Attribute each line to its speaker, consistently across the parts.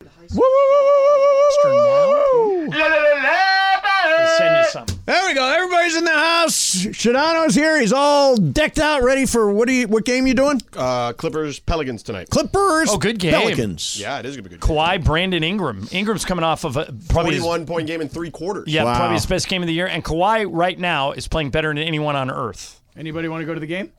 Speaker 1: Woo, woo, woo, woo, woo, woo, woo.
Speaker 2: We'll send you something.
Speaker 1: There we go. Everybody's in the house. Shadano's here. He's all decked out, ready for what? Are you, what game you doing?
Speaker 3: Uh, Clippers Pelicans tonight.
Speaker 1: Clippers.
Speaker 2: Oh, good game.
Speaker 1: Pelicans.
Speaker 3: Yeah, it is gonna be a good. game.
Speaker 2: Kawhi, Brandon Ingram. Ingram's coming off of a, probably his,
Speaker 3: Twenty-one point game in three quarters.
Speaker 2: yeah,
Speaker 1: Wow.
Speaker 2: probably his best game of the year. And Kawhi right now is playing better than anyone on earth.
Speaker 4: Anybody want to go to the game?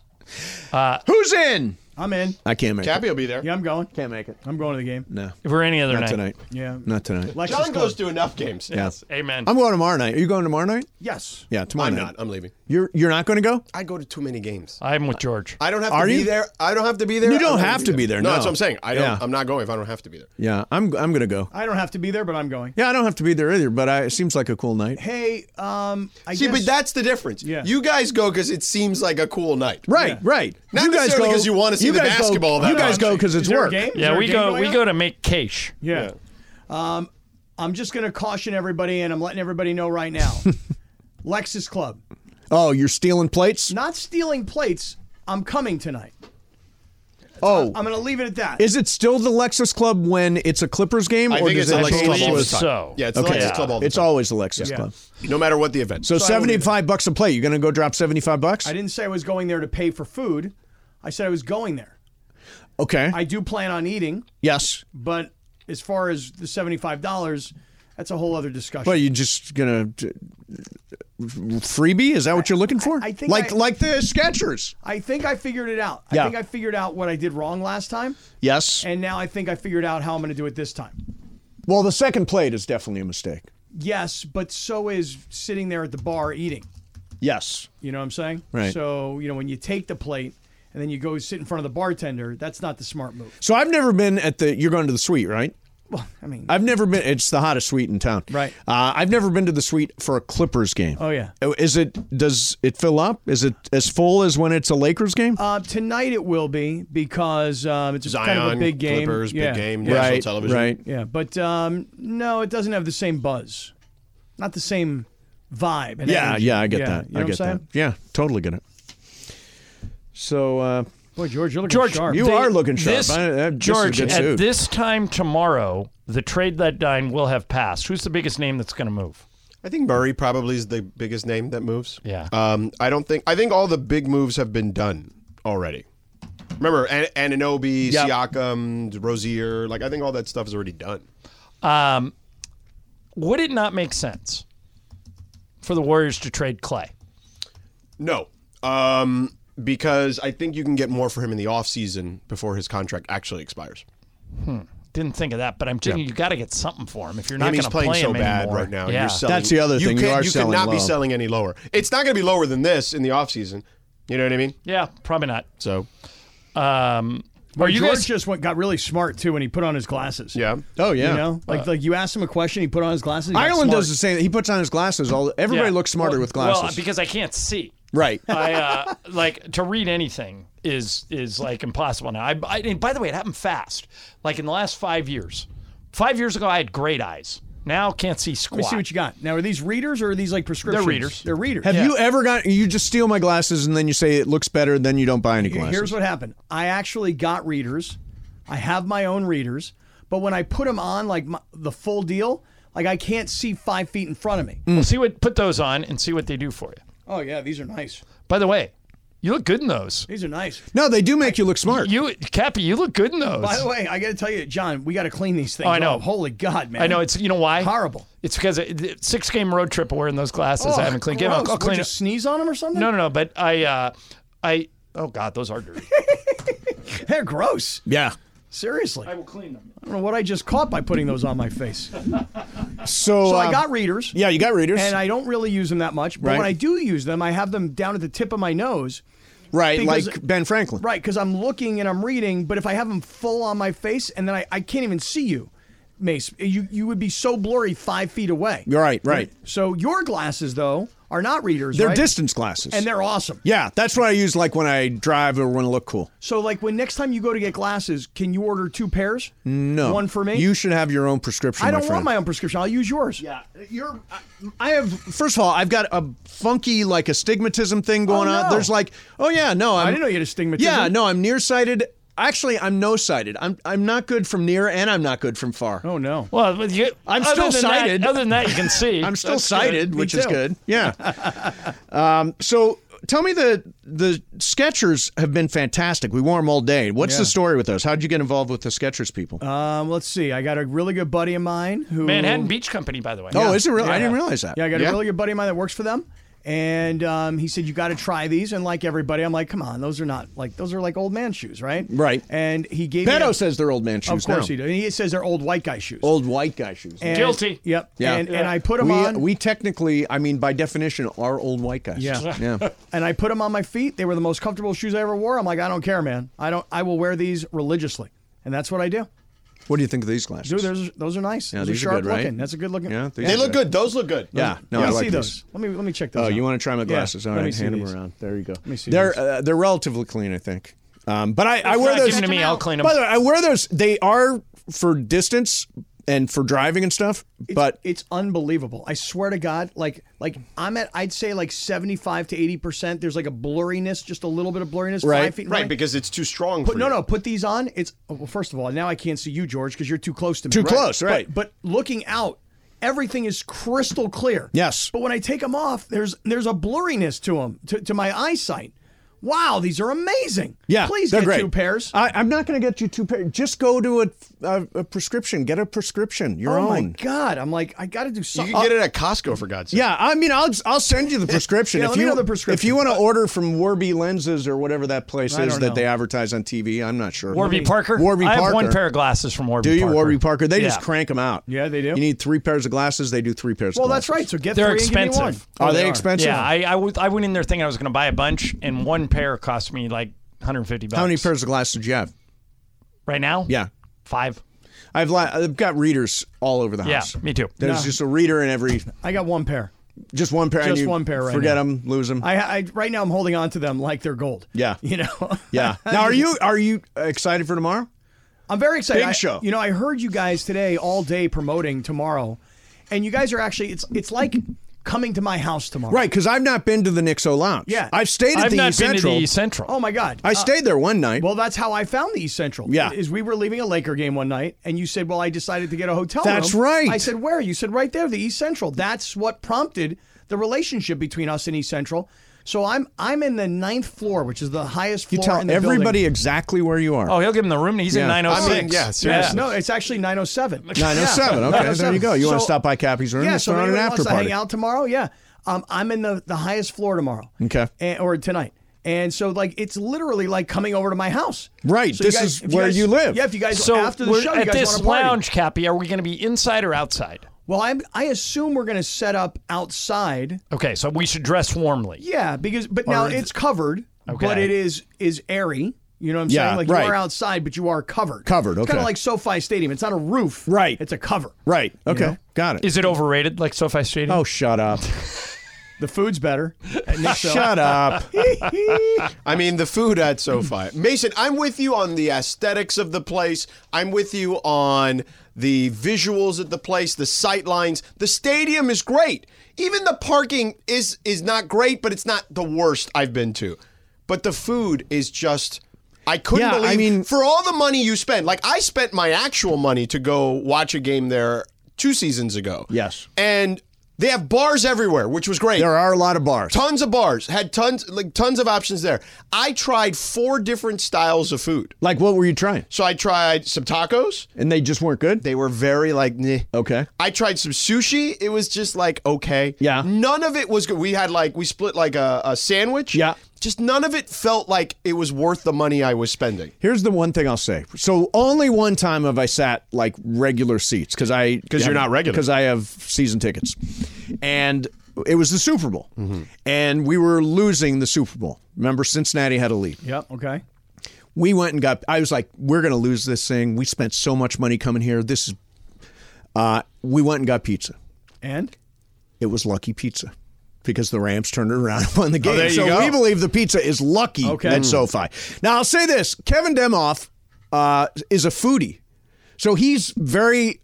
Speaker 1: Who's in?
Speaker 4: I'm in.
Speaker 1: I can't make
Speaker 3: Cappy will be there.
Speaker 4: Yeah, I'm going.
Speaker 1: Can't make it.
Speaker 4: I'm going to the game.
Speaker 1: No,
Speaker 2: If we're any other
Speaker 1: not
Speaker 2: night.
Speaker 1: tonight.
Speaker 4: Yeah.
Speaker 1: Not tonight.
Speaker 4: Lexus
Speaker 3: John
Speaker 4: Club.
Speaker 3: goes to enough games.
Speaker 1: Yeah.
Speaker 2: Amen.
Speaker 1: I'm going tomorrow night. Are you going tomorrow night?
Speaker 4: Yes.
Speaker 1: Yeah, tomorrow
Speaker 3: I'm
Speaker 1: night.
Speaker 3: not. I'm leaving.
Speaker 1: You're you're not going to go?
Speaker 3: I go to too many games.
Speaker 2: I'm with George.
Speaker 3: I don't have
Speaker 1: Uh, Are
Speaker 3: to
Speaker 1: you?
Speaker 3: be there. I don't have to be there.
Speaker 1: You
Speaker 3: I
Speaker 1: don't have to be there,
Speaker 3: No,
Speaker 1: no.
Speaker 3: that's what I'm saying. I don't.
Speaker 1: Yeah.
Speaker 3: I'm not going if I don't have to be there.
Speaker 1: Yeah, I'm I'm going to go.
Speaker 4: I don't have to be there, but I'm going.
Speaker 1: Yeah, I don't have to be there either, but I, it seems like a cool night.
Speaker 4: Hey, um, I
Speaker 3: See,
Speaker 4: guess
Speaker 3: but that's the difference.
Speaker 4: Yeah.
Speaker 3: You guys go because it seems like a cool night.
Speaker 1: Right, right.
Speaker 3: Not necessarily 'cause you wanna see the
Speaker 1: guys go-
Speaker 3: basketball that
Speaker 1: You guys
Speaker 3: much.
Speaker 1: go because
Speaker 4: is
Speaker 1: it's
Speaker 4: there a
Speaker 1: work.
Speaker 4: game? Is there
Speaker 2: yeah,
Speaker 4: a
Speaker 2: we
Speaker 4: game
Speaker 2: go
Speaker 4: going
Speaker 2: we
Speaker 4: on?
Speaker 2: go to make cash.
Speaker 4: Yeah. Um, I'm just going to caution everybody, and I'm letting everybody know right now. Lexus Club,
Speaker 1: Oh, you're stealing plates?
Speaker 4: not stealing plates. I'm coming tonight.
Speaker 1: oh,
Speaker 4: I'm going to leave it at that.
Speaker 1: is it still the Lexus Club when it's a Clippers game?
Speaker 3: I
Speaker 1: or
Speaker 3: think
Speaker 1: does
Speaker 3: it's the
Speaker 1: it
Speaker 3: Lexus
Speaker 1: change
Speaker 3: Club all the
Speaker 1: to
Speaker 3: time.
Speaker 1: a-
Speaker 2: So-
Speaker 3: Yeah, it's the
Speaker 1: Okay.
Speaker 3: Lexus Club all the
Speaker 1: it's
Speaker 3: time.
Speaker 1: always the Lexus
Speaker 4: Yeah.
Speaker 1: Club.
Speaker 3: no matter what the event.
Speaker 1: So,
Speaker 4: So I will be there.
Speaker 1: 75 bucks a plate. You're going to go drop 75 bucks?
Speaker 4: I didn't say I was going there to pay for food. I said I was going there.
Speaker 1: okay.
Speaker 4: I do plan on eating,
Speaker 1: yes.
Speaker 4: but as far as the $75, that's a whole other discussion.
Speaker 1: But you're just going to freebie? Is that what you're looking for?
Speaker 4: I- I think
Speaker 1: like
Speaker 4: I-
Speaker 1: like the Skechers.
Speaker 4: I think I figured it out.
Speaker 1: Yeah.
Speaker 4: I think I figured out what I did wrong last time,
Speaker 1: Yes.
Speaker 4: and now I think I figured out how I'm going to do it this time.
Speaker 1: well, the second plate is definitely a mistake.
Speaker 4: Yes, but so is sitting there at the bar eating.
Speaker 1: Yes.
Speaker 4: You know what I'm saying?
Speaker 1: Right.
Speaker 4: So, you know, when you take the plate and then you go sit in front of the bartender, that's not the smart move.
Speaker 1: So I've never been at the. You're going to the suite, right?
Speaker 4: Well, I mean,
Speaker 1: I've never been. It's the hottest suite in town.
Speaker 4: Right.
Speaker 1: Uh, I've never been to the suite for a Clippers game. Uh,
Speaker 4: Oh, yeah.
Speaker 1: Is it? Does it fill up? Is it as full as when it's a Lakers game?
Speaker 4: uh, tonight it will be because um, it's
Speaker 3: Zion,
Speaker 4: kind of a big game.
Speaker 3: Clippers,
Speaker 4: yeah.
Speaker 3: big game,
Speaker 4: Yeah.
Speaker 3: national
Speaker 1: right.
Speaker 3: television.
Speaker 1: Right.
Speaker 4: Yeah, but um, no, it doesn't have the same buzz, not the same vibe. and
Speaker 1: Yeah.
Speaker 4: energy.
Speaker 1: Yeah. I get
Speaker 4: yeah,
Speaker 1: that.
Speaker 4: You know
Speaker 1: I get
Speaker 4: what
Speaker 1: that.
Speaker 4: I'm saying?
Speaker 1: Yeah. Totally get it. So uh,
Speaker 4: Boy, George, you're looking
Speaker 2: George,
Speaker 4: sharp.
Speaker 1: you
Speaker 2: They-
Speaker 1: are looking sharp.
Speaker 2: This,
Speaker 1: I- that- this is a
Speaker 2: George,
Speaker 1: good
Speaker 2: at
Speaker 1: suit.
Speaker 2: this time tomorrow, the trade deadline will have passed. Who's the biggest name that's going to move?
Speaker 3: I think Murray probably is the biggest name that moves.
Speaker 2: Yeah.
Speaker 3: Um, I don't think. I think all the big moves have been done already. Remember, An- Ananobi,
Speaker 2: Yep.
Speaker 3: Siakam, Rozier. Like I think all that stuff is already done.
Speaker 2: Um, would it not make sense for the Warriors to trade Clay?
Speaker 3: No. Um, because I think you can get more for him in the offseason before his contract actually expires.
Speaker 2: Didn't think of that, but I'm thinking you got to get something for him if you're not
Speaker 3: and
Speaker 2: going
Speaker 3: he's
Speaker 2: to
Speaker 3: playing
Speaker 2: play
Speaker 3: so
Speaker 2: him
Speaker 3: bad
Speaker 2: anymore.
Speaker 3: right now.
Speaker 2: Yeah.
Speaker 3: You're selling,
Speaker 1: That's the other thing. You
Speaker 3: can't-
Speaker 1: are
Speaker 3: you
Speaker 1: selling
Speaker 3: could not be
Speaker 1: low.
Speaker 3: selling any lower. It's not going to be lower than this in the offseason. You know what I mean?
Speaker 2: yeah, probably not.
Speaker 3: So,
Speaker 2: Um, are
Speaker 4: Boy,
Speaker 2: you
Speaker 4: George
Speaker 2: guys?
Speaker 4: just went, got really smart too when he put on his glasses.
Speaker 3: yeah.
Speaker 1: Oh yeah.
Speaker 4: You know, like like you asked him a question, he put on his glasses. he got
Speaker 1: Ireland
Speaker 4: smart.
Speaker 1: does the same. He puts on his glasses. All everybody
Speaker 2: Yeah.
Speaker 1: looks smarter
Speaker 2: Well-
Speaker 1: with glasses.
Speaker 2: Well, because I can't see.
Speaker 1: right.
Speaker 2: I uh, like to read anything is is like impossible now. I, I and by the way, it happened fast. Like in the last five years, five years ago, I had great eyes. Now can't see
Speaker 4: Let
Speaker 2: squat.
Speaker 4: me see what you got. Now, are these readers or are these like prescriptions?
Speaker 2: readers.
Speaker 4: They're readers.
Speaker 1: Have you ever got? You just steal my glasses and then you say it looks better. Then you don't buy any glasses.
Speaker 4: Here's what happened. I actually got readers. I have my own readers, but when I put them on, like my, the full deal, like I can't see five feet in front of me.
Speaker 1: Mm.
Speaker 2: Well, see what put those on and see what they do for you.
Speaker 4: Oh yeah, these are nice.
Speaker 2: By the way, you look good in those.
Speaker 4: These are nice.
Speaker 1: no, they do make you look smart.
Speaker 2: You Cappy, you look good in those.
Speaker 4: By the way, I got to tell you, John, we got to clean these things.
Speaker 2: Oh, I know.
Speaker 4: up. Holy God, man.
Speaker 2: I know it's you know why
Speaker 4: horrible.
Speaker 2: It's because it, six game road trip wearing those glasses.
Speaker 4: Oh,
Speaker 2: I haven't cleaned. Give them-
Speaker 4: gross.
Speaker 2: I'll
Speaker 4: Would
Speaker 2: clean
Speaker 4: you
Speaker 2: it.
Speaker 4: sneeze on them or something?
Speaker 2: No, no, no. But I, uh, I. Oh God, those are dirty.
Speaker 4: They're gross.
Speaker 1: Yeah.
Speaker 4: Seriously. I
Speaker 2: will clean them.
Speaker 4: don't know what I just caught by putting those on my face.
Speaker 1: So,
Speaker 4: So I
Speaker 1: um,
Speaker 4: got readers.
Speaker 1: Yeah, you got readers.
Speaker 4: and I don't really use them that much. But
Speaker 1: Right.
Speaker 4: when I do use them, I have them down at the tip of my nose,
Speaker 1: right,
Speaker 4: because-
Speaker 1: like Ben Franklin.
Speaker 4: right? Because I'm looking and I'm reading. But if I have them full on my face, and then I, I can't even see you, Mace, you you would be so blurry five feet away.
Speaker 1: Right, right.
Speaker 4: So your glasses though are not readers.
Speaker 1: They're
Speaker 4: right?
Speaker 1: distance glasses.
Speaker 4: and they're awesome.
Speaker 1: yeah, that's what I use like when I drive or want to look cool.
Speaker 4: So like when next time you go to get glasses, can you order two pairs? No. One for me.
Speaker 1: You should have your own prescription.
Speaker 4: I don't
Speaker 1: my
Speaker 4: want
Speaker 1: friend.
Speaker 4: my own prescription. I'll use yours.
Speaker 1: Yeah, you're. I- I have. First of all, I've got a funky like astigmatism thing going
Speaker 4: Oh,
Speaker 1: on.
Speaker 4: no.
Speaker 1: There's like, oh yeah, no, I'm,
Speaker 4: I didn't know you had astigmatism.
Speaker 1: Yeah, no, I'm nearsighted. Actually, I'm no sighted. I'm I'm not good from near, and I'm not good from far.
Speaker 4: Oh no.
Speaker 2: Well, with you,
Speaker 1: I'm
Speaker 2: other
Speaker 1: still
Speaker 2: than that-
Speaker 1: sighted.
Speaker 2: other than that, you can see.
Speaker 1: I'm still
Speaker 2: That's good.
Speaker 1: sighted, which is
Speaker 4: too.
Speaker 1: good. Yeah. um, so tell me the the Skechers have been fantastic. We wore them all day. What's the story with those? How'd you get involved with the Skechers people?
Speaker 4: Um, let's see. I got a really good buddy of mine who
Speaker 2: Manhattan Beach Company, by the way.
Speaker 1: oh, is it real? I
Speaker 4: yeah.
Speaker 1: didn't realize that.
Speaker 4: Yeah, I got a really good buddy of mine that works for them, and um, he said you got to try these. And like everybody, I'm like, come on, those are not like those are like old man shoes, right?
Speaker 1: Right.
Speaker 4: And he gave me
Speaker 1: Beto
Speaker 4: a-
Speaker 1: says they're old man shoes
Speaker 4: of
Speaker 1: now.
Speaker 4: course he did. He says they're old white guy shoes.
Speaker 1: Old white guy shoes.
Speaker 4: And-
Speaker 2: Guilty.
Speaker 4: Yep.
Speaker 1: Yeah.
Speaker 4: And, and I put them
Speaker 1: we, uh,
Speaker 4: on.
Speaker 1: we technically, I mean, by definition, are old white guys.
Speaker 4: Yeah.
Speaker 1: yeah.
Speaker 4: and I put them on my feet. They were the most comfortable shoes I ever wore. I'm like, I don't care, man. I don't. I will wear these religiously, and that's what I do.
Speaker 1: What do you think of these glasses?
Speaker 4: Dude, those those are nice.
Speaker 1: Yeah,
Speaker 4: those
Speaker 1: these
Speaker 4: are
Speaker 1: are
Speaker 4: sharp
Speaker 1: good, right?
Speaker 4: looking. That's a good looking.
Speaker 1: Yeah, these
Speaker 3: They
Speaker 1: are
Speaker 3: look good. Those look good.
Speaker 1: yeah, no,
Speaker 4: let
Speaker 1: I
Speaker 4: me
Speaker 1: like
Speaker 4: see
Speaker 1: these.
Speaker 4: those. Let me let me check those.
Speaker 1: Oh,
Speaker 4: out.
Speaker 1: you want to try my
Speaker 4: Yeah,
Speaker 1: glasses? All
Speaker 4: let me
Speaker 1: right,
Speaker 4: see
Speaker 1: hand
Speaker 4: these.
Speaker 1: them around. There you go. Let
Speaker 4: me see
Speaker 1: They're
Speaker 4: these.
Speaker 1: uh, they're relatively clean, I think. Um, but I, I wear
Speaker 2: Not
Speaker 1: those.
Speaker 2: given to me, I'll clean them.
Speaker 1: By the way, I wear those. They are for distance and for driving and stuff. but
Speaker 4: it's unbelievable. I swear to God, like like I'm at I'd say like 75 to 80 percent. There's like a blurriness, just a little bit of blurriness.
Speaker 1: Right.
Speaker 4: five feet in
Speaker 3: Right,
Speaker 4: length.
Speaker 3: because it's too strong.
Speaker 4: Put,
Speaker 3: for
Speaker 4: no,
Speaker 3: you.
Speaker 4: no. Put these on. It's oh, well, first of all, now I can't see you, George, because you're too close to me.
Speaker 1: Too close, right.
Speaker 4: But, but looking out, everything is crystal clear.
Speaker 1: Yes.
Speaker 4: But when I take them off, there's there's a blurriness to them to, to my eyesight. Wow, these are amazing.
Speaker 1: yeah,
Speaker 4: Please
Speaker 1: they're
Speaker 4: get
Speaker 1: great.
Speaker 4: two pairs.
Speaker 1: I, I'm not going to get you two pairs. Just go to a, a, a prescription. Get a prescription. Your
Speaker 4: oh my
Speaker 1: own.
Speaker 4: God! I'm like, I got to do uh,
Speaker 3: You
Speaker 4: something.
Speaker 3: can get it at Costco for God's sake.
Speaker 1: uh, Yeah, I mean, I'll I'll send you the prescription
Speaker 4: Yeah,
Speaker 1: if
Speaker 4: let me
Speaker 1: you
Speaker 4: know the prescription.
Speaker 1: if you want to order from Warby Lenses or whatever that place
Speaker 4: I
Speaker 1: is
Speaker 4: don't
Speaker 1: that
Speaker 4: know.
Speaker 1: they advertise on TV. I'm not sure.
Speaker 2: Warby Parker.
Speaker 1: Warby
Speaker 2: I
Speaker 1: Parker.
Speaker 2: have one pair of glasses from Warby.
Speaker 1: Do you
Speaker 2: Parker.
Speaker 1: Warby Parker? They just
Speaker 2: Yeah.
Speaker 1: crank them out.
Speaker 4: Yeah, they do.
Speaker 1: You need three pairs of glasses. They do three pairs.
Speaker 4: well,
Speaker 1: of
Speaker 4: Oh, that's
Speaker 1: glasses.
Speaker 4: right. So get
Speaker 2: They're
Speaker 4: three and give me one.
Speaker 2: expensive.
Speaker 1: Are
Speaker 4: Oh,
Speaker 1: they, expensive?
Speaker 2: Yeah, I I w- I went in there thinking I was going to buy a bunch, and one pair cost me like 150 bucks.
Speaker 1: How many pairs of glasses did you have?
Speaker 2: Right now?
Speaker 1: Yeah,
Speaker 2: Five.
Speaker 1: I've li- I've got readers all over the
Speaker 2: Yeah,
Speaker 1: house.
Speaker 2: me too.
Speaker 1: There's
Speaker 4: No.
Speaker 1: just a reader in every,
Speaker 4: I got one pair.
Speaker 1: just one pair. and
Speaker 4: Just
Speaker 1: you
Speaker 4: one pair right
Speaker 1: forget
Speaker 4: now.
Speaker 1: them, lose them.
Speaker 4: I, I right now I'm holding on to them like they're gold.
Speaker 1: Yeah.
Speaker 4: you know.
Speaker 1: yeah. Now, are you are you excited for tomorrow?
Speaker 4: I'm very excited.
Speaker 1: Big
Speaker 4: I-
Speaker 1: show.
Speaker 4: you know, I heard you guys today all day promoting tomorrow, and you guys are actually it's it's like coming to my house tomorrow.
Speaker 1: Right, because I've not been to the Nixo Lounge.
Speaker 4: Yeah.
Speaker 1: I've stayed at
Speaker 2: I've
Speaker 1: the
Speaker 2: not
Speaker 1: East
Speaker 2: been
Speaker 1: Central.
Speaker 2: to the East Central.
Speaker 4: Oh my God.
Speaker 1: I stayed there one night.
Speaker 4: well, that's how I found the East Central.
Speaker 1: Yeah.
Speaker 4: Is we were leaving a Laker game one night, and you said, "Well, I decided to get a hotel
Speaker 1: That's
Speaker 4: room."
Speaker 1: right.
Speaker 4: I said, "Where?" You said, "Right there, the East Central." That's what prompted the relationship between us and East Central. So I'm I'm in the ninth floor, which is the highest
Speaker 1: you
Speaker 4: floor.
Speaker 1: tell
Speaker 4: in the building.
Speaker 1: everybody exactly where you are.
Speaker 2: Oh, he'll give him the room. and He's
Speaker 1: Yeah.
Speaker 2: in
Speaker 3: I
Speaker 2: 906.
Speaker 3: mean, yeah,
Speaker 4: Yes,
Speaker 3: seriously.
Speaker 4: no, it's actually 907.
Speaker 1: 907. Okay, there you go. You want to
Speaker 4: So-
Speaker 1: stop by Cappy's room?
Speaker 4: yeah,
Speaker 1: Let's
Speaker 4: so
Speaker 1: throw
Speaker 4: if
Speaker 1: on an
Speaker 4: anyone
Speaker 1: after
Speaker 4: wants to
Speaker 1: party.
Speaker 4: hang out tomorrow, yeah. Um, I'm in the, the highest floor tomorrow.
Speaker 1: Okay.
Speaker 4: And, or tonight. And so, like, it's literally like coming over to my house.
Speaker 1: Right,
Speaker 4: So you
Speaker 1: this
Speaker 4: guys-
Speaker 1: is
Speaker 4: if you
Speaker 1: where
Speaker 4: guys-
Speaker 1: you live.
Speaker 4: Yeah, if you guys,
Speaker 2: So
Speaker 4: after the
Speaker 2: we're
Speaker 4: show, you
Speaker 2: at
Speaker 4: guys
Speaker 2: this
Speaker 4: want to party.
Speaker 2: lounge, Cappy, are we going to be inside or outside?
Speaker 4: Well, I'm, I assume we're going to set up outside.
Speaker 2: Okay, so we should dress warmly.
Speaker 4: Yeah, because, but now it's covered, but
Speaker 2: Okay.
Speaker 4: it is is airy. You know what I'm
Speaker 1: Yeah,
Speaker 4: saying? Like,
Speaker 1: right.
Speaker 4: you are outside, but you are covered.
Speaker 1: Covered,
Speaker 4: It's kind
Speaker 1: okay.
Speaker 4: of like SoFi Stadium. It's not a roof.
Speaker 1: Right.
Speaker 4: It's a cover.
Speaker 1: right. Okay. Got it.
Speaker 2: Is it overrated, like SoFi Stadium?
Speaker 1: oh, shut up.
Speaker 4: The food's better.
Speaker 1: shut up.
Speaker 3: I mean, the food at SoFi. Mason, I'm with you on the aesthetics of the place. I'm with you on the visuals at the place, the sight lines. The stadium is great. Even the parking is is not great, but it's not the worst I've been to. But the food is just I couldn't
Speaker 1: Yeah, I
Speaker 3: believe
Speaker 1: mean-
Speaker 3: for all the money you spend. Like I spent my actual money to go watch a game there 2 seasons ago.
Speaker 1: Yes.
Speaker 3: And they have bars everywhere, which was great
Speaker 1: There are a lot of bars.
Speaker 3: tons of bars had tons like tons of options there i tried four different styles of food
Speaker 1: Like, what were you trying?
Speaker 3: so i tried some tacos
Speaker 1: And they just weren't good?
Speaker 3: they were very like Neh.
Speaker 1: Okay.
Speaker 3: i tried some sushi it was just like okay
Speaker 1: Yeah.
Speaker 3: none of it was good we had like we split like a, a sandwich
Speaker 1: Yeah.
Speaker 3: just none of it felt like it was worth the money i was spending
Speaker 1: Here's the one thing I'll say. So only one time have I sat like regular seats because I because
Speaker 3: you're not regular.
Speaker 1: because I have season tickets, and it was the Super Bowl,
Speaker 3: Mm-hmm.
Speaker 1: and we were losing the Super Bowl. Remember, Cincinnati had a lead.
Speaker 4: Yep. Okay.
Speaker 1: We went and got. I was like, we're gonna lose this thing. We spent so much money coming here. This is. Uh, we went and got pizza.
Speaker 4: And?
Speaker 1: It was Lucky Pizza. Because the Rams turned it around and won the game,
Speaker 3: there you
Speaker 1: so
Speaker 3: go.
Speaker 1: we believe the pizza is lucky
Speaker 4: Okay.
Speaker 1: at SoFi. Now I'll say this: Kevin Demoff uh, is a foodie, so he's very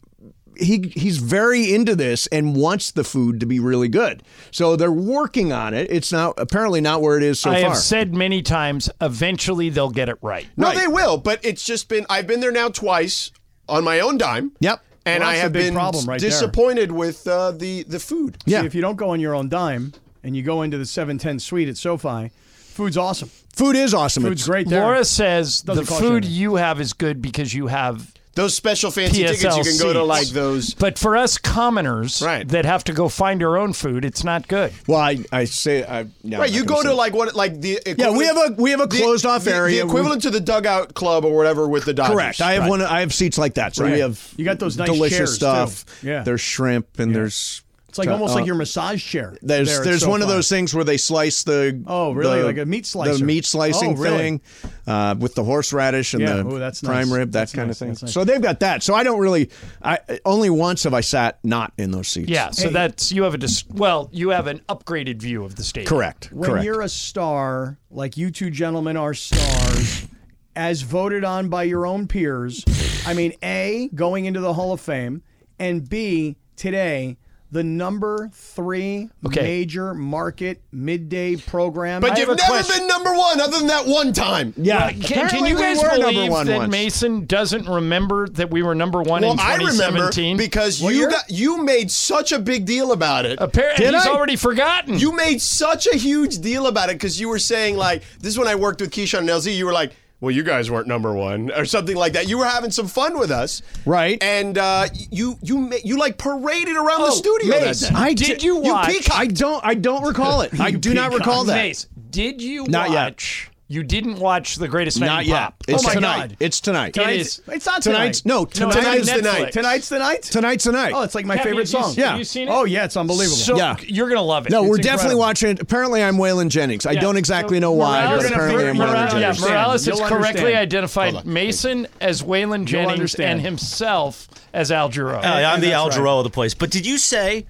Speaker 1: he he's very into this and wants the food to be really good. So they're working on it. It's not apparently not where it is so
Speaker 2: I
Speaker 1: far.
Speaker 2: have said many times, eventually they'll get it right.
Speaker 3: No,
Speaker 1: Right.
Speaker 3: they will, but it's just been I've been there now twice on my own dime.
Speaker 1: Yep.
Speaker 3: And
Speaker 4: Well,
Speaker 3: I
Speaker 4: that's a
Speaker 3: have
Speaker 4: big
Speaker 3: been
Speaker 4: problem right there.
Speaker 3: disappointed with uh, the the food.
Speaker 1: yeah,
Speaker 4: See, if you don't go on your own dime and you go into the 710 suite at SoFi, food's awesome.
Speaker 1: food is awesome.
Speaker 4: Food's
Speaker 1: It's-
Speaker 4: great there.
Speaker 2: Laura says
Speaker 4: Doesn't
Speaker 2: the
Speaker 4: cost you
Speaker 2: food
Speaker 4: anything.
Speaker 2: you have is good because you have
Speaker 3: Those special fancy
Speaker 2: PSL
Speaker 3: tickets you can go to
Speaker 2: seats.
Speaker 3: like those.
Speaker 2: But for us commoners
Speaker 3: Right.
Speaker 2: that have to go find our own food, it's not good.
Speaker 1: Well, I, I say I no, I'm
Speaker 3: Right,
Speaker 1: not
Speaker 3: you
Speaker 1: gonna
Speaker 3: go
Speaker 1: say
Speaker 3: to
Speaker 1: it.
Speaker 3: like what like the
Speaker 1: we
Speaker 3: equivalent-
Speaker 1: have a- we have a
Speaker 3: the-
Speaker 1: closed-off
Speaker 3: the-
Speaker 1: area.
Speaker 3: The equivalent to the dugout club or whatever with the Dodgers.
Speaker 1: correct. I have one. I have seats like that. So we
Speaker 4: Right.
Speaker 1: have
Speaker 4: You got those nice
Speaker 1: delicious
Speaker 4: chairs, too.
Speaker 1: stuff.
Speaker 4: Yeah.
Speaker 1: there's shrimp and there's uh,
Speaker 4: It's like almost like your massage chair.
Speaker 1: There's
Speaker 4: there at
Speaker 1: there's one of
Speaker 4: SoFi.
Speaker 1: those things where they slice the
Speaker 4: Oh, really?
Speaker 1: the-
Speaker 4: Like a meat slicer.
Speaker 1: the meat slicing
Speaker 4: Oh, really?
Speaker 1: thing uh, with the horseradish and
Speaker 4: Yeah.
Speaker 1: the
Speaker 4: Ooh, that's
Speaker 1: prime
Speaker 4: nice.
Speaker 1: rib that
Speaker 4: That's
Speaker 1: kind
Speaker 4: nice.
Speaker 1: of thing.
Speaker 4: That's nice.
Speaker 1: So they've got that. So I don't really I only once have I sat not in those seats.
Speaker 2: Yeah, so that's you have a dis- well, you have an upgraded view of the stadium.
Speaker 1: correct.
Speaker 4: When
Speaker 1: correct.
Speaker 4: you're a star, like you two gentlemen are stars, as voted on by your own peers, I mean, A, going into the Hall of Fame, and B, today, the number three
Speaker 2: Okay.
Speaker 4: major market midday program.
Speaker 3: But you've
Speaker 2: have a
Speaker 3: never
Speaker 2: question.
Speaker 3: been number one other than that one time.
Speaker 1: yeah,
Speaker 2: Uh, Can, can
Speaker 1: apparently
Speaker 2: you
Speaker 1: we
Speaker 2: guys
Speaker 1: were number
Speaker 2: believe
Speaker 1: one
Speaker 2: that
Speaker 1: once.
Speaker 2: Mason doesn't remember that we were number one
Speaker 3: Well,
Speaker 2: in
Speaker 3: I remember
Speaker 2: 2017?
Speaker 3: because you
Speaker 4: year?
Speaker 3: got you made such a big deal about it.
Speaker 2: Apparently,
Speaker 1: Did
Speaker 2: he's
Speaker 1: I?
Speaker 2: already forgotten.
Speaker 3: You made such a huge deal about it because you were saying like this is when I worked with Keyshawn and LZ. You were like, "Well, you guys weren't number one" or something like that. You were having some fun with us,
Speaker 1: Right. Oh,
Speaker 3: And uh, you you ma- you like paraded around
Speaker 4: Oh,
Speaker 3: the studio.
Speaker 2: Mace,
Speaker 3: that day.
Speaker 1: I
Speaker 2: Oh, Did you watch-
Speaker 1: peacock. I don't. I don't recall it. I do not recall that.
Speaker 2: Mace, did you
Speaker 1: Not yet.
Speaker 2: watch? You didn't watch the greatest night
Speaker 1: Not
Speaker 2: in
Speaker 1: yet.
Speaker 2: pop.
Speaker 1: It's
Speaker 2: oh my
Speaker 1: tonight.
Speaker 2: God.
Speaker 1: It's tonight.
Speaker 2: It
Speaker 1: Tonight's-
Speaker 2: is.
Speaker 4: it's not tonight.
Speaker 1: Tonight's no.
Speaker 2: No, it's
Speaker 1: Tonight
Speaker 2: on
Speaker 1: is the
Speaker 2: Netflix.
Speaker 1: night.
Speaker 4: Tonight's the night?
Speaker 1: Tonight's the night.
Speaker 4: Oh, it's like my
Speaker 2: Have you-
Speaker 4: favorite
Speaker 2: have you
Speaker 4: song.
Speaker 2: seen-
Speaker 1: Yeah.
Speaker 2: Have you seen it?
Speaker 4: Oh, yeah, it's unbelievable.
Speaker 2: So
Speaker 1: Yeah.
Speaker 2: you're gonna love it.
Speaker 1: No,
Speaker 2: It's
Speaker 1: we're
Speaker 2: incredible.
Speaker 1: definitely watching it. Apparently, I'm Waylon Jennings. I
Speaker 2: Yeah.
Speaker 1: don't exactly know why,
Speaker 2: Morales-
Speaker 1: but
Speaker 4: You're gonna
Speaker 1: apparently, I'm
Speaker 4: figure it
Speaker 1: Waylon
Speaker 4: out.
Speaker 2: Morales,
Speaker 1: Jennings.
Speaker 2: yeah, Morales has
Speaker 4: You'll
Speaker 2: correctly
Speaker 4: understand.
Speaker 2: identified Mason as Waylon Jennings
Speaker 4: understand.
Speaker 2: and himself as Al Jarreau.
Speaker 5: Uh, I'm the Al
Speaker 4: that's
Speaker 5: Jarreau of the place. But did you say